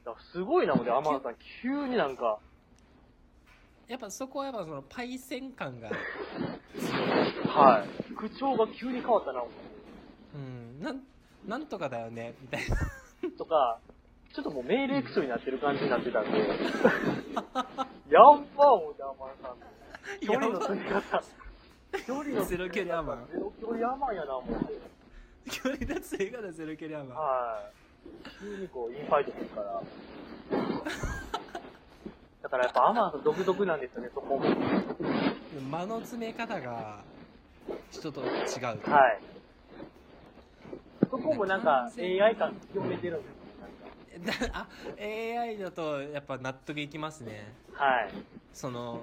[SPEAKER 3] だからすごいなので、アマンさん、急になんか、
[SPEAKER 4] やっぱそこはやっぱそのパイセン感が
[SPEAKER 3] はい。口調が急に変わったな、
[SPEAKER 4] うんなんなんとかだよねみたいな
[SPEAKER 3] とか、ちょっともう命令口調になってる感じになってたんで、やんば思って、アマンさん。距離の詰め方。距離の
[SPEAKER 4] ゼロ距離アマン
[SPEAKER 3] ゼロ距離アマンやな、思って。
[SPEAKER 4] 距離の詰め方ゼロ距離アマン
[SPEAKER 3] はい。急にこう、インファイトするから。だからやっぱアマンさん独特なんですよね、そこも。はい。
[SPEAKER 4] 間の詰め方が人と違うと、
[SPEAKER 3] そこもなんか AI 感強めてるんですよ。
[SPEAKER 4] だ あ AI だとやっぱ納得いきますね
[SPEAKER 3] なんかはい。
[SPEAKER 4] その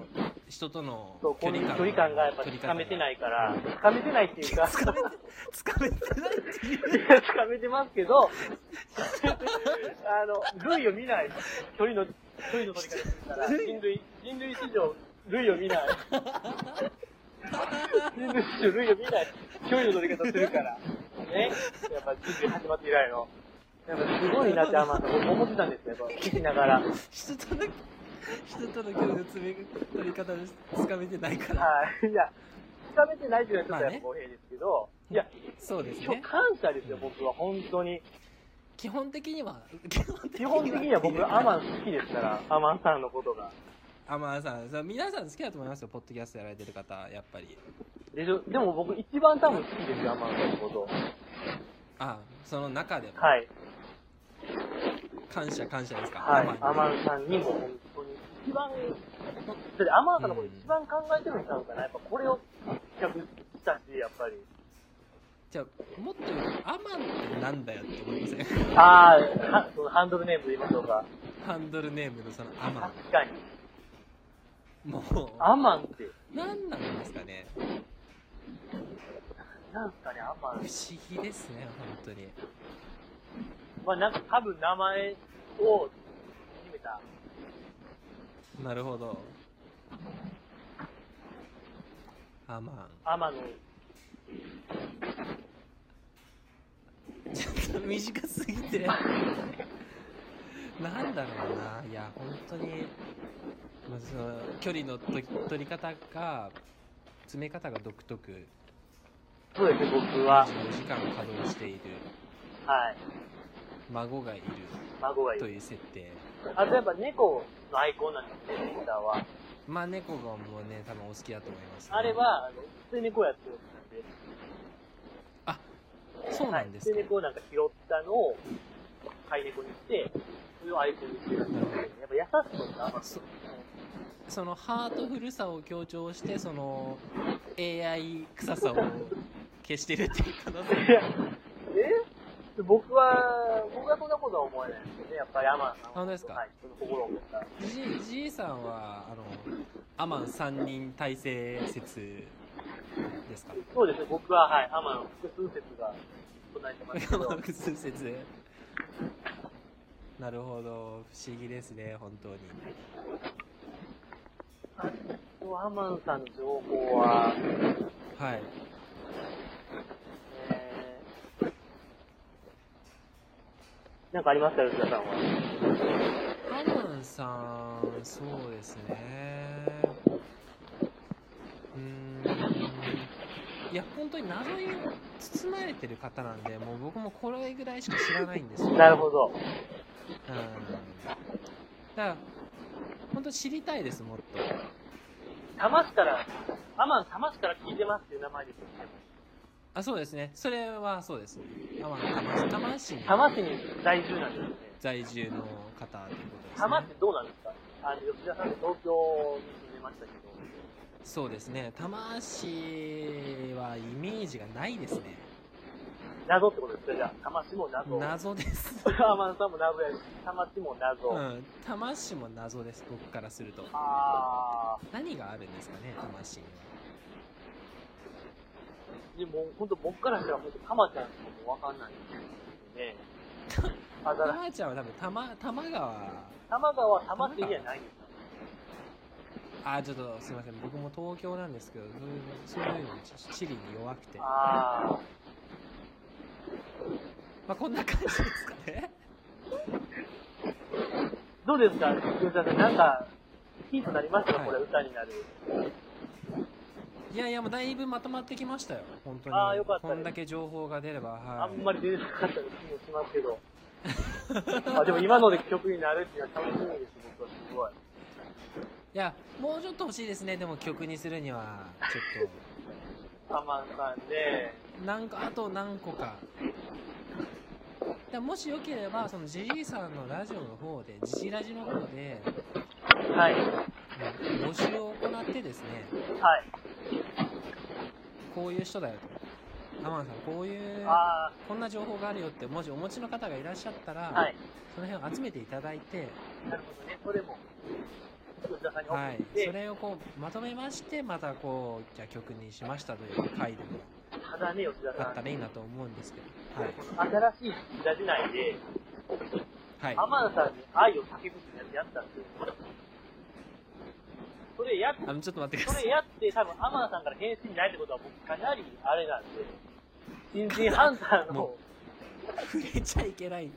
[SPEAKER 4] 人との
[SPEAKER 3] そう、こ
[SPEAKER 4] 距
[SPEAKER 3] の
[SPEAKER 4] 離感
[SPEAKER 3] 距離感がやっぱつかめてないから、つかめてないっていうか、
[SPEAKER 4] つかめてつかめてないっていう
[SPEAKER 3] い やつかめてますけど、 あの、類を見ない距離の、距離の取り方でするから、人類、人類史上類を見ない。人類種類を見ない距離の取り方するから。ね。やっぱ人類始まって以来の。やっぱすごいなって、あまあ、僕思ってたんですよ、やっぱ聞きながら。はい。
[SPEAKER 4] 人との人との距離の詰め取り方をつかめてないから
[SPEAKER 3] いや、掴めてないっていうのはちょっとやっぱ公平ですけど、いや、
[SPEAKER 4] そうです
[SPEAKER 3] 今日
[SPEAKER 4] ね
[SPEAKER 3] 感謝ですよ、僕は、本当に。
[SPEAKER 4] 基本的には基本的
[SPEAKER 3] 基本的には僕、アマン好きですから、アマンさんのことが。
[SPEAKER 4] アマンさんそう皆さん好きだと思いますよポッドキャストやられてる方やっぱり
[SPEAKER 3] でしょでも僕、一番多分好きですよ、アマンさんのこと。
[SPEAKER 4] あその中でも
[SPEAKER 3] はい。
[SPEAKER 4] 感謝感謝ですか、
[SPEAKER 3] はい
[SPEAKER 4] アマン。に
[SPEAKER 3] アマンさんにも本当に一番、だってアマンさんのこと一番考えてるんちゃうかな。やっぱこれを企画したし、やっぱり。
[SPEAKER 4] じゃあもっと言うとアマンってなんだよって思いま せん
[SPEAKER 3] ああ、はそのハンドルネームで言いましょうか。
[SPEAKER 4] ハンドルネームのそのアマ
[SPEAKER 3] 確かに。
[SPEAKER 4] ンも
[SPEAKER 3] アマンって、
[SPEAKER 4] う何なんですかね不
[SPEAKER 3] なんすかね、アマン。
[SPEAKER 4] 思議ですね本当に
[SPEAKER 3] まあなんか多分名前を決めた。
[SPEAKER 4] なるほど。アマ
[SPEAKER 3] アマンの、
[SPEAKER 4] ン。ちょっと短すぎて。なんだろうな。いや、本当に、まあ、その距離のと取り方が、詰め方が独特。
[SPEAKER 3] そうですね、僕は。
[SPEAKER 4] 24時間稼働している。
[SPEAKER 3] はい。
[SPEAKER 4] 孫がいる。
[SPEAKER 3] 孫がい
[SPEAKER 4] と
[SPEAKER 3] る。
[SPEAKER 4] いう設定。
[SPEAKER 3] あとやっぱ猫のアイコンなんですね、ツイッターは。
[SPEAKER 4] まあ、猫がもうね、多分お好きだと思います、
[SPEAKER 3] あれ、は、あの普通にこうやってるんで。
[SPEAKER 4] そう
[SPEAKER 3] は
[SPEAKER 4] ないんで、す
[SPEAKER 3] で
[SPEAKER 4] か。
[SPEAKER 3] 猫をなんか拾ったのを飼い猫にして、それをアイコンにしてるんですけど、やっぱ優しいもんな。
[SPEAKER 4] そそのハートフルさを強調してその AI 臭さを消してるっていう可能性
[SPEAKER 3] いやえ僕は、僕はそんなことは思えないですけどね、やっぱりアマンさんは。
[SPEAKER 4] 本当ですか
[SPEAKER 3] はい、その心を持った。
[SPEAKER 4] じじいさんはあのアマン3人体制説です か
[SPEAKER 3] そうですね、僕は、はい、アマン複数説が唱えてますけ
[SPEAKER 4] ア
[SPEAKER 3] ど
[SPEAKER 4] マン、複数説なるほど不思議ですね本当に
[SPEAKER 3] アマンさんの情報は、
[SPEAKER 4] はい
[SPEAKER 3] えー、なんかありましたよ、吉田さんは。
[SPEAKER 4] アマンさんそうですねうーんいや本当に謎に包まれてる方なんでもう僕もこれぐらいしか知らないんですよ
[SPEAKER 3] なるほど。
[SPEAKER 4] うんだから本当知りたいですもっと
[SPEAKER 3] ましから、アマンましから聞いてますっていう名前ですよね。
[SPEAKER 4] あそうですねそれはそうですアマン多摩多摩市に
[SPEAKER 3] 多摩市に在住なんですね。
[SPEAKER 4] 在住の方ということです、ね、
[SPEAKER 3] 多摩ってどうなんですかあの、吉田さんって東京に住んでましたけど。
[SPEAKER 4] そうですね多摩市はイメージがないですね
[SPEAKER 3] 謎ってことですかじゃあ、多摩市も謎。
[SPEAKER 4] 謎です
[SPEAKER 3] アマンさんも謎やし、多摩市も謎。
[SPEAKER 4] う
[SPEAKER 3] あ
[SPEAKER 4] ん多摩市も謎です僕からすると
[SPEAKER 3] あ
[SPEAKER 4] 何があるんですかね多摩市には
[SPEAKER 3] ー。でも、ほんと僕からしたら、ほんと多摩ちゃんしかもうわかんないですね。 あ、
[SPEAKER 4] 多
[SPEAKER 3] だから、
[SPEAKER 4] 摩ちゃんは多分多摩多摩川
[SPEAKER 3] 多摩川は多摩市にはないんですか
[SPEAKER 4] あちょっとすいません僕も東京なんですけどそういうそういうのち地理に弱くてま
[SPEAKER 3] あ
[SPEAKER 4] あこんな感じですかね
[SPEAKER 3] ー。どうですか吉田さん、なんか、ヒントになりますか
[SPEAKER 4] はい
[SPEAKER 3] これ、歌になる。
[SPEAKER 4] いやいやもうだいぶまとまってきましたよ本当に
[SPEAKER 3] あーよかったです
[SPEAKER 4] こんだけ情報が出れば
[SPEAKER 3] あ
[SPEAKER 4] はい
[SPEAKER 3] んまり出てなかった気もしますけ ど。あでも今ので曲になるっていうのは楽しみです、僕はすごい。
[SPEAKER 4] いやもうちょっと欲しいですねでも曲にするにはちょっ
[SPEAKER 3] アマンさんで、
[SPEAKER 4] となんかあと何個かだもしよければそのジジイさんのラジオの方でジジラジの方で
[SPEAKER 3] はい、はい、
[SPEAKER 4] うん募集を行ってですねこういう人だよとアマンさんこういう
[SPEAKER 3] あ
[SPEAKER 4] こんな情報があるよってもしお持ちの方がいらっしゃったら、
[SPEAKER 3] ー、はい、
[SPEAKER 4] その辺を集めていただいて、
[SPEAKER 3] なるほどね、それも、吉田さんに送
[SPEAKER 4] はい
[SPEAKER 3] っ、て、
[SPEAKER 4] それをこうまとめましてまたこうじゃあ曲にしましたという回でも
[SPEAKER 3] ただね、吉田
[SPEAKER 4] あ
[SPEAKER 3] さ
[SPEAKER 4] ったらいいなと思うんですけど、はい
[SPEAKER 3] ん、新しい時代時内で、
[SPEAKER 4] はい、
[SPEAKER 3] アマンさんに愛を叫ぶってやつやったんですよ。それやっ
[SPEAKER 4] あのちょっと待ってくだ
[SPEAKER 3] そ
[SPEAKER 4] さ
[SPEAKER 3] れ
[SPEAKER 4] い
[SPEAKER 3] やって、多分アマンさんから返信ないってことは、僕、かなりあれなんで、新人ハンターの
[SPEAKER 4] も、 触れちゃいけない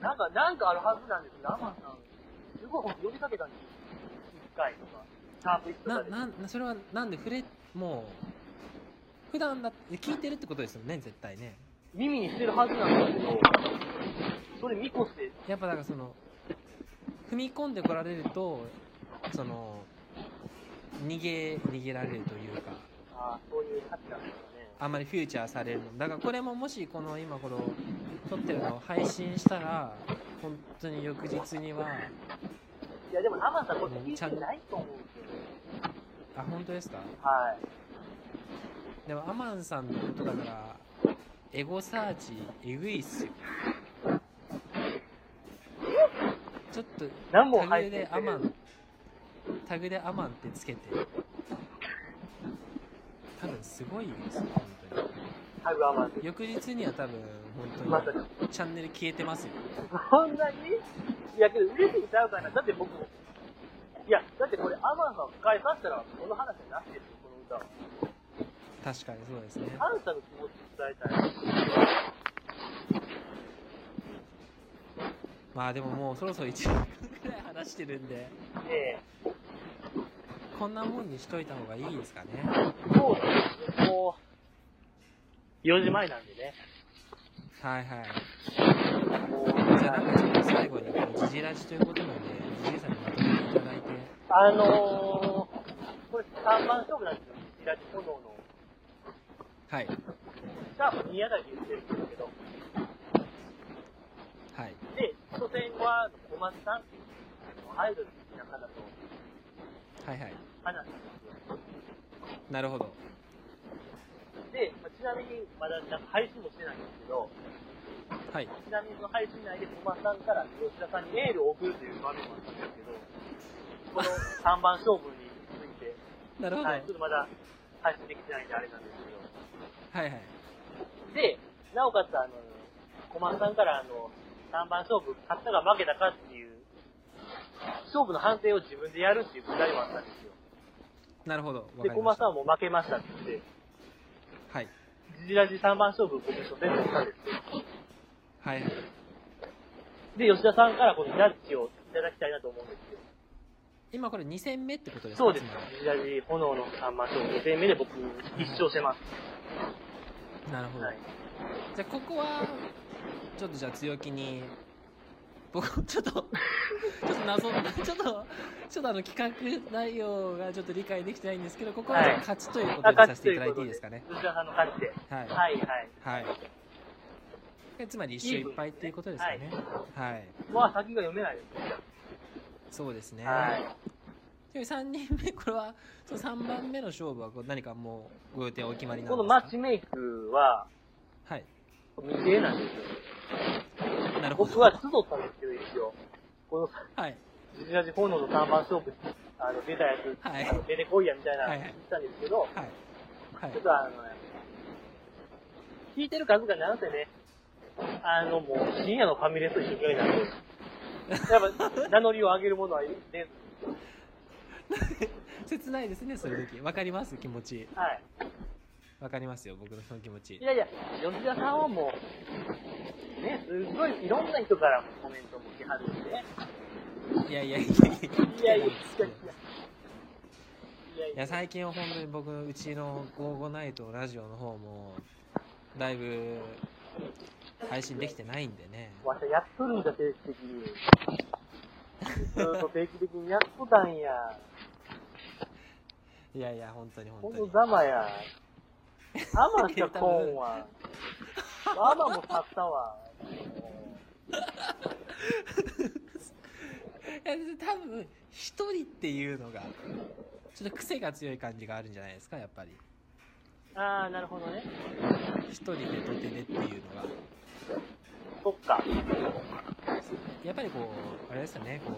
[SPEAKER 3] なんか、なんかあるはずなんですけど、アマンさん、すごい呼びかけたんですよ。一回とか、シャープ1と
[SPEAKER 4] な
[SPEAKER 3] かで。
[SPEAKER 4] なんそれはなんで触れもう普段だって聞いてるってことですよね絶対ね
[SPEAKER 3] 耳にしてるはずなんですけど、それ見越して、
[SPEAKER 4] やっぱだからその踏み込んでこられるとその逃げ逃げられるというか
[SPEAKER 3] ああ、そういう価値なんですかね。
[SPEAKER 4] あんまりフューチャーされるのだからこれももしこの今この撮ってるのを配信したら本当に翌日にはい
[SPEAKER 3] や、でもアマンさん、これ聞いてないと思うんですよね。
[SPEAKER 4] あ本当ですか
[SPEAKER 3] はい。
[SPEAKER 4] でもアマンさんのことだからエゴサーチエグいっすよちょっと
[SPEAKER 3] 何本
[SPEAKER 4] タ
[SPEAKER 3] 入
[SPEAKER 4] グ
[SPEAKER 3] って
[SPEAKER 4] でアマンタグでアマンってつけて多分すごいですよ本当に
[SPEAKER 3] タグアマンで
[SPEAKER 4] 翌日には多分
[SPEAKER 3] ま
[SPEAKER 4] 本
[SPEAKER 3] さに。
[SPEAKER 4] 当にチャンネル消えてますよ
[SPEAKER 3] そんなにいや、けど嬉しいんちゃうかな。だって僕、いや、だってこれアマンさんを返させたら、この話はなしですよ、この歌は。
[SPEAKER 4] 確かにそうですね
[SPEAKER 3] 感謝の気持ち伝えたい。
[SPEAKER 4] まあでももうそろそろ1時間くらい話してるんで
[SPEAKER 3] ええ
[SPEAKER 4] こんなもんにしといた方がいいですかね
[SPEAKER 3] そうですね、もう、4時前なんでね。
[SPEAKER 4] はいはい
[SPEAKER 3] もう、
[SPEAKER 4] じゃあなんかちょっと最後にこのジジラジということなんで、ジジイさんにまとめていただいて、
[SPEAKER 3] あのー、これ3番勝負なんですよ。平地炎の。
[SPEAKER 4] はい、
[SPEAKER 3] シャープ宮崎言ってるんですけど。
[SPEAKER 4] はい、
[SPEAKER 3] で、初戦は小松さんっていう、あのアイドル好きな方と
[SPEAKER 4] はいはい、
[SPEAKER 3] 話したんですよ。
[SPEAKER 4] なるほど、
[SPEAKER 3] で、まあちなみに、まだなんか配信もしてないんですけど、
[SPEAKER 4] はい、
[SPEAKER 3] ちなみにその配信内で小松さんから吉田さんにエールを送るという場面もあったんですけど、この3番勝負について、
[SPEAKER 4] なるほど、はい、
[SPEAKER 3] はいちょっとまだ配信できてないんであれなんですけど。
[SPEAKER 4] はい、
[SPEAKER 3] で、なおかつ、あの、小松さんから、あの、3番勝負、勝ったか負けたかっていう、勝負の判定を自分でやるっていうくだりもあったんですよ。
[SPEAKER 4] なるほど、わ
[SPEAKER 3] で、
[SPEAKER 4] か
[SPEAKER 3] 小
[SPEAKER 4] りま
[SPEAKER 3] 松
[SPEAKER 4] した。
[SPEAKER 3] さんはもう負けましたって言って、
[SPEAKER 4] はい、
[SPEAKER 3] ジジラジ3番勝負、僕と全部したんですけど、
[SPEAKER 4] はい、はい、
[SPEAKER 3] で、吉田さんからこのジャッジをいただきたいなと思うんですよ。
[SPEAKER 4] 今これ2戦目ってことですか
[SPEAKER 3] そうです
[SPEAKER 4] つま。
[SPEAKER 3] ジジラジ炎の3番勝負、5戦目で僕、一勝してます。
[SPEAKER 4] りなるほど、
[SPEAKER 3] はい。
[SPEAKER 4] じゃあここは、ちょっとじゃあ強気に、僕、 ちょっと、ちょっと謎、 ちょっと、ちょっとあの企画内容がちょっと理解できてないんですけど、ここはじゃあ勝ちということにさせていただいていいですかね。
[SPEAKER 3] 吉田さんの勝ちで。
[SPEAKER 4] はい
[SPEAKER 3] はいはい。
[SPEAKER 4] はい。えつまり一勝いっぱいっていうことですかね。はい。
[SPEAKER 3] まあ先が読めないで
[SPEAKER 4] そうですね。
[SPEAKER 3] す。はい。
[SPEAKER 4] で三人目これはその三番目の勝負はこう何かもうご予定お決まりなんで
[SPEAKER 3] こ
[SPEAKER 4] すか。
[SPEAKER 3] のマッチメイクは、
[SPEAKER 4] はい。
[SPEAKER 3] 未定なんですよ。
[SPEAKER 4] なるほど。
[SPEAKER 3] 僕は集ったんですけど、一応。この、
[SPEAKER 4] はい
[SPEAKER 3] ジジラジ炎の3番勝負、あの、出たやつ、
[SPEAKER 4] はい
[SPEAKER 3] あの出てこいや、みたいな、
[SPEAKER 4] はいは
[SPEAKER 3] 言
[SPEAKER 4] い
[SPEAKER 3] ったんですけど、
[SPEAKER 4] はいはい
[SPEAKER 3] ちょっとあの、聞いてる数がなんせね、あの、もう、深夜のファミレスと一緒くらいなんで、やっぱ、名乗りを上げるものは出ず、
[SPEAKER 4] 切ないですねそういう時わかります気持ち
[SPEAKER 3] はい。
[SPEAKER 4] わかりますよ僕のその気持ち
[SPEAKER 3] い。やいや、吉田さんはもう、ね、すごい、いろんな人からもコメントも来はるんでね。
[SPEAKER 4] いやいやいや
[SPEAKER 3] いやい
[SPEAKER 4] いや。
[SPEAKER 3] や、いや
[SPEAKER 4] い
[SPEAKER 3] いや。いやい
[SPEAKER 4] や
[SPEAKER 3] や、
[SPEAKER 4] 最近は本当に僕のうちの「ゴーゴナイト」ラジオの方もだいぶ配信できてないんでね
[SPEAKER 3] わしゃやっとるんだ、定期的に。ずーっと定期的にやっとたんや。
[SPEAKER 4] いやいや本当に
[SPEAKER 3] こ
[SPEAKER 4] 本当
[SPEAKER 3] の
[SPEAKER 4] に
[SPEAKER 3] ざまや。アマンしたコーンは。アマンも買ったわ。
[SPEAKER 4] いや多分一人っていうのがちょっと癖が強い感じがあるんじゃないですかやっぱり
[SPEAKER 3] あー、なるほどね。
[SPEAKER 4] 一人でとてでっていうのが
[SPEAKER 3] そっか。
[SPEAKER 4] やっぱりこうあれですよねこ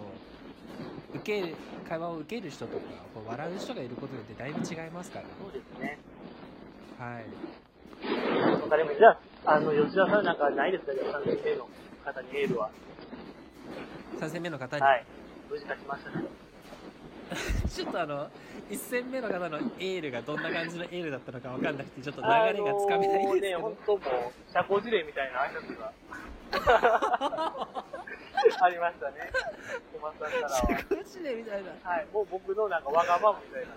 [SPEAKER 4] う受ける会話を受ける人とかこう笑う人がいることによってだいぶ違いますか
[SPEAKER 3] そうですね。
[SPEAKER 4] らはい
[SPEAKER 3] わかりました。じゃあ、あの、吉田さんなんかないですか吉田さんの先生の方にエールは。
[SPEAKER 4] 3戦目の方に、
[SPEAKER 3] はい。無事勝ちましたね。
[SPEAKER 4] ちょっとあの1戦目の方のエールがどんな感じのエールだったのか分かんなくてちょっと流れがつかめないんですけ
[SPEAKER 3] あのーね、本
[SPEAKER 4] ど、
[SPEAKER 3] 当もう、社交辞令みたいな挨拶 が。ありましたね。小松さんからは。
[SPEAKER 4] マジでみたいな
[SPEAKER 3] はい、もう僕のなんかわがままみたいな。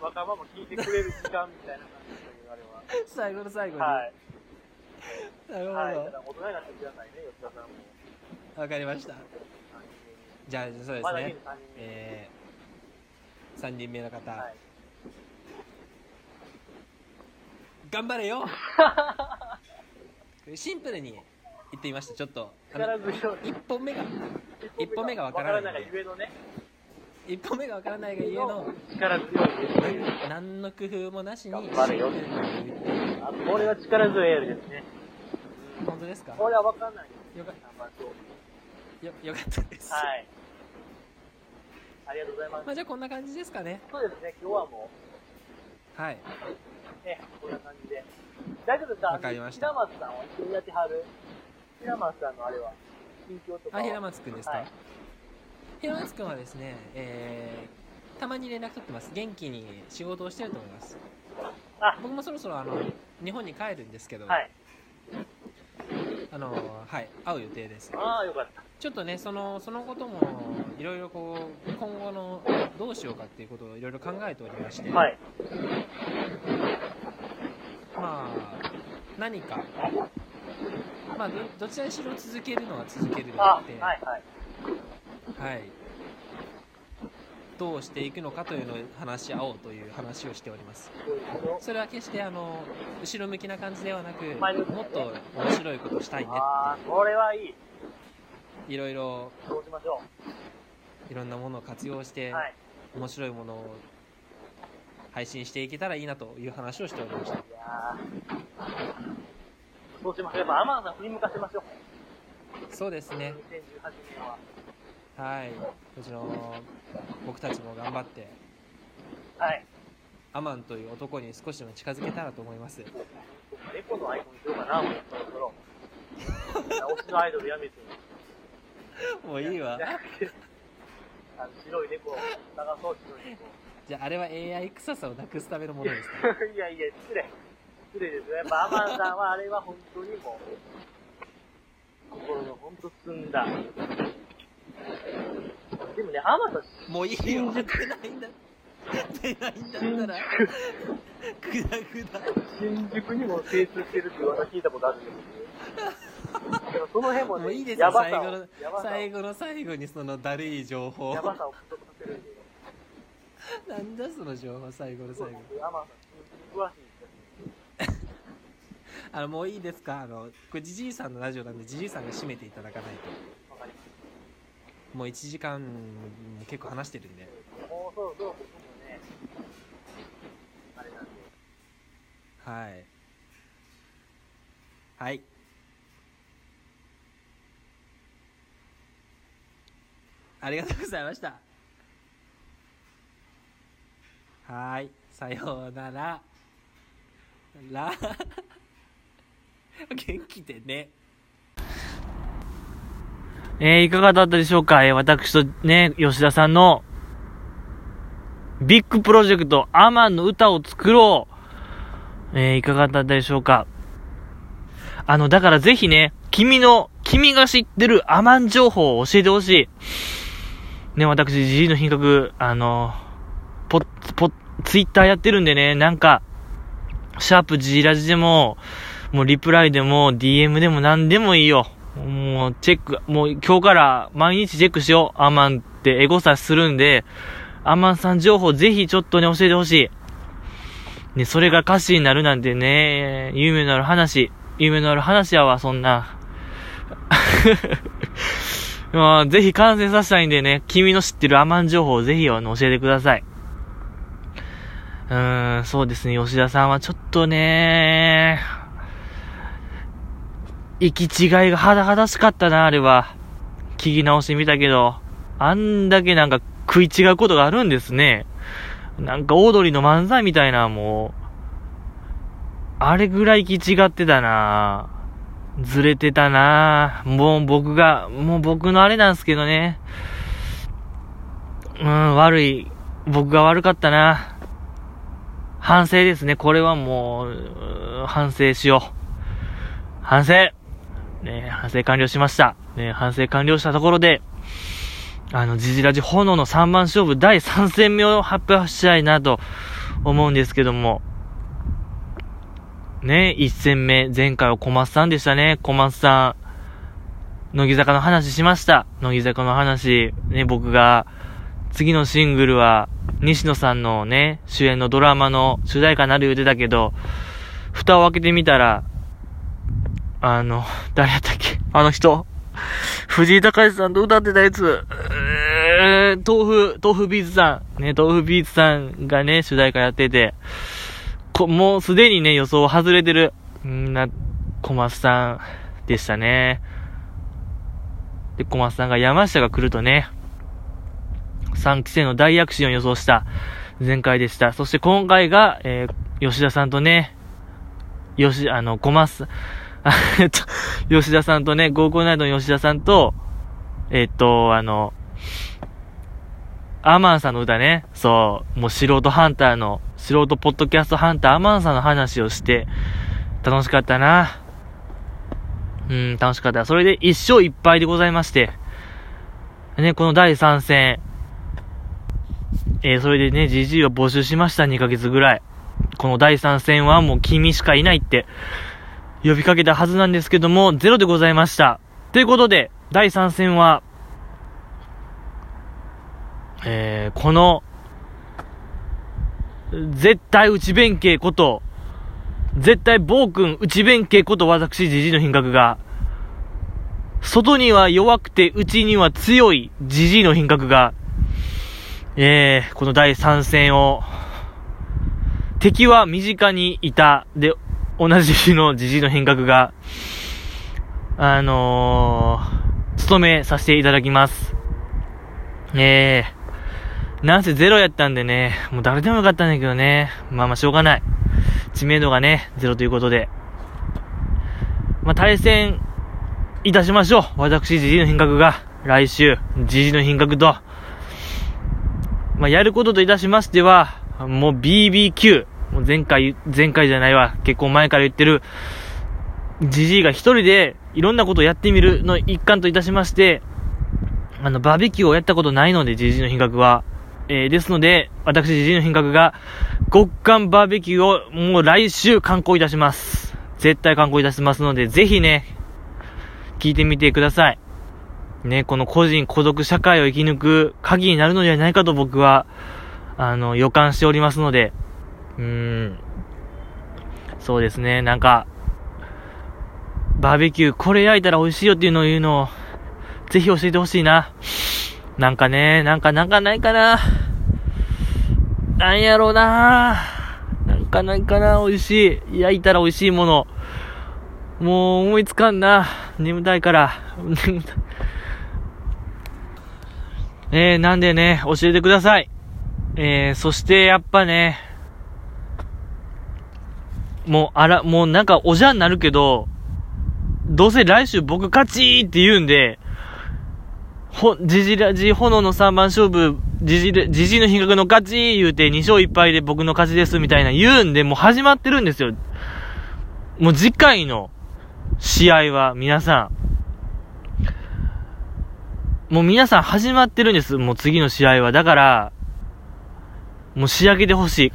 [SPEAKER 3] わがまま聞いてくれる時間みたいな感じでしたけど、あれは。
[SPEAKER 4] 最後の最後に、
[SPEAKER 3] はい。
[SPEAKER 4] なるほど、
[SPEAKER 3] はい。ただ大人になってくださいね、吉田さんも。
[SPEAKER 4] 分かりましたじゃあそうで
[SPEAKER 3] ます
[SPEAKER 4] ね
[SPEAKER 3] だ家に3人目。
[SPEAKER 4] えー、3人目の方、
[SPEAKER 3] はい。
[SPEAKER 4] 頑張れ よシンプルに言ってみましたちょっとあの
[SPEAKER 3] 力強い。
[SPEAKER 4] 一本目が一歩目がわからない
[SPEAKER 3] わからないがゆえのね、
[SPEAKER 4] 一歩目が分からないがゆえの
[SPEAKER 3] 力強いですという。
[SPEAKER 4] 何の工夫もなしに
[SPEAKER 3] 頑張れよ
[SPEAKER 4] シンプルに言って
[SPEAKER 3] あこれは力強いエールですね。
[SPEAKER 4] 本当ですか
[SPEAKER 3] これはわかんないです。
[SPEAKER 4] よか
[SPEAKER 3] 頑張ろう
[SPEAKER 4] よよかったです、
[SPEAKER 3] はい。ありがとうございます
[SPEAKER 4] ま。あ、じゃあこんな感じですかね
[SPEAKER 3] そうですね、今日はも
[SPEAKER 4] はい、
[SPEAKER 3] う、ね、こんな感じで。だけどさ、
[SPEAKER 4] わかりました
[SPEAKER 3] 平松さんは一緒にやってはる平松さんのあれは、近況と
[SPEAKER 4] あ
[SPEAKER 3] かは。
[SPEAKER 4] 平松くんですか、
[SPEAKER 3] はい
[SPEAKER 4] 平松くんはですね、えーたまに連絡取ってます元気に仕事をしてると思います
[SPEAKER 3] あ
[SPEAKER 4] 僕もそろそろあの日本に帰るんですけど、
[SPEAKER 3] はい。
[SPEAKER 4] あのはい会う予定です
[SPEAKER 3] ああ、よかった。
[SPEAKER 4] ちょっとねそのそのこともいろいろこう今後のどうしようかっていうことをいろいろ考えておりまして、
[SPEAKER 3] はい。
[SPEAKER 4] まあ何かまあどどちらにしろ続けるのは続けるであ
[SPEAKER 3] あ
[SPEAKER 4] って、
[SPEAKER 3] はいはい。
[SPEAKER 4] はい、どうしていくのかというのを話し合おうという話をしておりますそれは決してあの後ろ向きな感じではなく
[SPEAKER 3] 前向きなね
[SPEAKER 4] もっと面白いことしたいね
[SPEAKER 3] ああ、これはいい。
[SPEAKER 4] いろいろ
[SPEAKER 3] そうしましょ
[SPEAKER 4] いろんなものを活用して、
[SPEAKER 3] う。はい。
[SPEAKER 4] 面白いものを配信していけたらいいなという話をしておりました
[SPEAKER 3] いやーそうしましょう。やっぱアマンさん振り向かせましょう。
[SPEAKER 4] そうですね
[SPEAKER 3] 2018年は。
[SPEAKER 4] はいこちらの僕たちも頑張って
[SPEAKER 3] はい。
[SPEAKER 4] アマンという男に少しでも近づけたらと思います
[SPEAKER 3] 猫のアイコンにしようかな、もうそろそろ。推しのアイドルやめて。
[SPEAKER 4] もういいわ
[SPEAKER 3] やあの白い猫を探そう、白い猫を。
[SPEAKER 4] じゃああれは AI 臭さをなくすためのものですか
[SPEAKER 3] いやいや、失礼。失礼ですよ。やっぱアマンさんはあれは本当にもう、心の本当澄んだ。でもね、アマンさん、
[SPEAKER 4] もういいよ出ないんだ出ないんだったらグダグダ
[SPEAKER 3] 新宿にも精通してるって噂聞いたことあるんですけど。でもその辺もね、
[SPEAKER 4] もういいです
[SPEAKER 3] や
[SPEAKER 4] よ
[SPEAKER 3] ば
[SPEAKER 4] 最
[SPEAKER 3] さ
[SPEAKER 4] 後
[SPEAKER 3] を、
[SPEAKER 4] の
[SPEAKER 3] やばさ
[SPEAKER 4] 最
[SPEAKER 3] を、
[SPEAKER 4] 後の最後にそのだるい情報
[SPEAKER 3] やばさを加速させるんで。
[SPEAKER 4] なんだその情報最後の最後
[SPEAKER 3] アマンさん、新宿に詳しいですよね。
[SPEAKER 4] あのもういいですかあのこれじじいさんのラジオなんでじじいさんが締めていただかない
[SPEAKER 3] わかります。
[SPEAKER 4] ともう1時間結構話してるんで
[SPEAKER 3] もうそろそろ僕もね、あれなんで。
[SPEAKER 4] はいはいありがとうございましたはーいさようならら 元気でね
[SPEAKER 2] えーいかがだったでしょうか、えー私とね、吉田さんの、ビッグプロジェクト、アマンの歌を作ろう。えーいかがだったでしょうか。あの、だからぜひね、君の、君が知ってるアマン情報を教えてほしい。ね、私、ジジイの品格、あの、ポッ、ポッ、ツイッターやってるんでね、なんか、シャープジジラジでも、もうリプライでも DM でも何でもいいよ。もうチェック、もう今日から毎日チェックしよう。アマンってエゴサするんで、アマンさん情報ぜひちょっとね教えてほしい。ね、それが歌詞になるなんてね、夢のある話。夢のある話やわ、そんな。 まあ、ぜひ完成させたいんでね、君の知ってるアマン情報をぜひあの教えてください。うーん、そうですね、吉田さんはちょっとね、行き違いが肌だしかったな、あれは。聞き直してみたけど、あんだけなんか食い違うことがあるんですね。なんかオードリーの漫才みたいな、もう。あれぐらい行き違ってたな。ずれてたな。もう僕が、もう僕のあれなんですけどね。うん、悪い、僕が悪かったな。反省ですね。これはもう、うん反省しよう。反省ね反省完了しました。ね反省完了したところで、あの、ジジラジ炎の3番勝負第3戦目を発表したいなと思うんですけども。ね1戦目、前回は小松さんでしたね。小松さん。乃木坂の話しました。乃木坂の話。ね、僕が、次のシングルは、西野さんのね、主演のドラマの主題歌になる言うてたけど、蓋を開けてみたら、あの、誰やったっけあの人。藤井隆さんと歌ってたやつ。えー豆腐、豆腐ビーツさん。ね、豆腐ビーツさんがね、主題歌やってて、こもうすでにね、予想外れてる、んーな、小松さんでしたね。で、小松さんが山下が来るとね、3期生の大躍進を予想した前回でした。そして今回が、えー吉田さんとね、吉、あの、ごます、あえっと、吉田さんとね、合コンナイトの吉田さんと、えっと、あの、アマンさんの歌ね、そう、もう素人ハンターの、素人ポッドキャストハンターアマンさんの話をして、楽しかったな。うん、楽しかった。それで一勝一敗でございまして、ね、この第3戦、えーそれでね、GG を募集しました、2ヶ月ぐらい。この第3戦はもう君しかいないって、呼びかけたはずなんですけども、ゼロでございました。ということで、第3戦は、えー、この、絶対内弁慶こと、絶対暴君内弁慶こと私、ジジイの品格が、外には弱くて内には強いジジイの品格が、えー、この第3戦を、敵は身近にいた、で、同じ日のジジイの変革が、あのー、務めさせていただきます。えー、なんせゼロやったんでね、もう誰でもよかったんだけどね、まあまあしょうがない。知名度がね、ゼロということで。まあ対戦いたしましょう。私、ジジイの変革が、来週、ジジイの変革と、まあ、やることといたしましては、もう BBQ。もう前回、前回じゃないわ。結構前から言ってる、ジジイが一人でいろんなことをやってみるの一環といたしまして、あの、バーベキューをやったことないので、ジジイの品格は。えー、ですので、私、ジジイの品格が、極寒バーベキューをもう来週観光いたします。絶対観光いたしますので、ぜひね、聞いてみてください。ね、この個人孤独社会を生き抜く鍵になるのではないかと僕は、あの、予感しておりますので、うーん。そうですね、なんか、バーベキューこれ焼いたら美味しいよっていうのを言うのを、ぜひ教えてほしいな。なんかね、なんかなんかないかな。なんやろうな。なんかないかな、美味しい。焼いたら美味しいもの。もう思いつかんな。眠たいから。眠たいえー、なんでね、教えてください。えー、そしてやっぱね、もう、あら、もうなんかおじゃんになるけど、どうせ来週僕勝ちーって言うんで、ほ、じじらじ、炎の3番勝負、じじら、じじの品格の勝ちー言うて2勝1敗で僕の勝ちですみたいな言うんで、もう始まってるんですよ。もう次回の試合は皆さん、もう皆さん始まってるんです。もう次の試合は。だから、もう仕上げてほしい。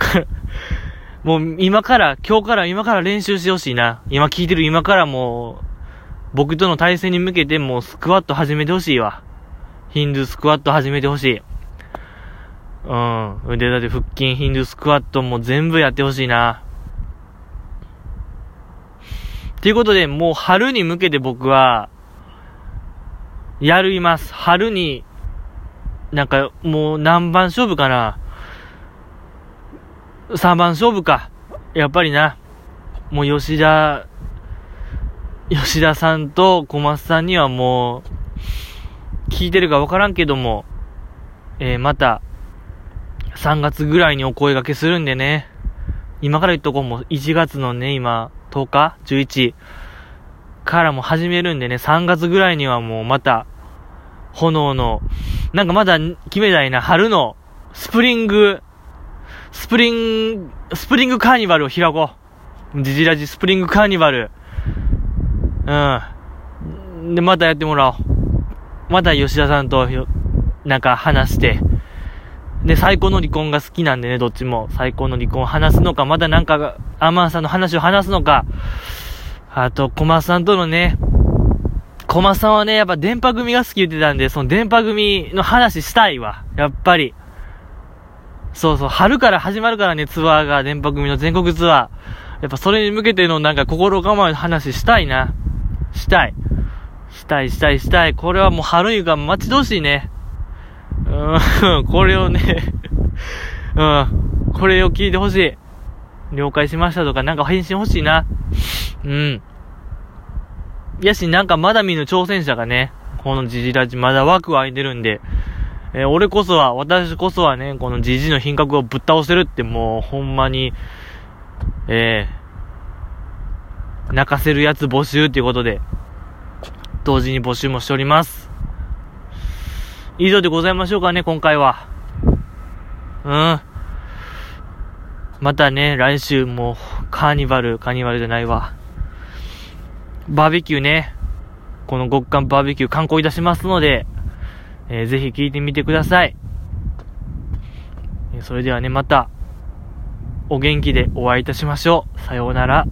[SPEAKER 2] もう今から、今日から今から練習してほしいな。今聞いてる今からもう、僕との対戦に向けてもうスクワット始めてほしいわ。ヒンドゥースクワット始めてほしい。うん。腕立て腹筋、ヒンドゥースクワットも全部やってほしいな。ということで、もう春に向けて僕は、やるいます。春に、なんか、もう何番勝負かな。3番勝負か。やっぱりな。もう吉田、吉田さんと小松さんにはもう、聞いてるかわからんけども、えーまた、3月ぐらいにお声掛けするんでね。今から言っとこう、もう1月のね、今、10日 ?11 からもう始めるんでね、3月ぐらいにはもうまた、炎の、なんかまだ決めたいな、春の、スプリング、スプリン、スプリングカーニバルを開こう。ジジラジスプリングカーニバル。うん。で、またやってもらおう。また吉田さんとよ、なんか話して。で、最高の離婚が好きなんでね、どっちも。最高の離婚を話すのか、またなんか、アマンさんの話を話すのか。あと、小松さんとのね、小松さんはね、やっぱ電波組が好き言ってたんで、その電波組の話したいわ。やっぱり。そうそう、春から始まるからね、ツアーが、電波組の全国ツアー。やっぱそれに向けてのなんか心構えの話したいな。したい。したい、したい、したい。これはもう春湯が待ち遠しいね。うーん、 これをね、うん、これを聞いてほしい。了解しましたとか、なんか返信欲しいな。うん。やし、なんかまだ見ぬ挑戦者がね、このジジラジ、まだ枠は空いてるんで、えー俺こそは、私こそはね、このジジの品格をぶっ倒せるってもう、ほんまに、えー、泣かせるやつ募集っていうことで、同時に募集もしております。以上でございましょうかね、今回は。うん。またね、来週も、カーニバル、カーニバルじゃないわ。バーベキューね、この極寒バーベキュー観光いたしますので、えーぜひ聞いてみてください。えーそれではね、また、お元気でお会いいたしましょう。さようなら。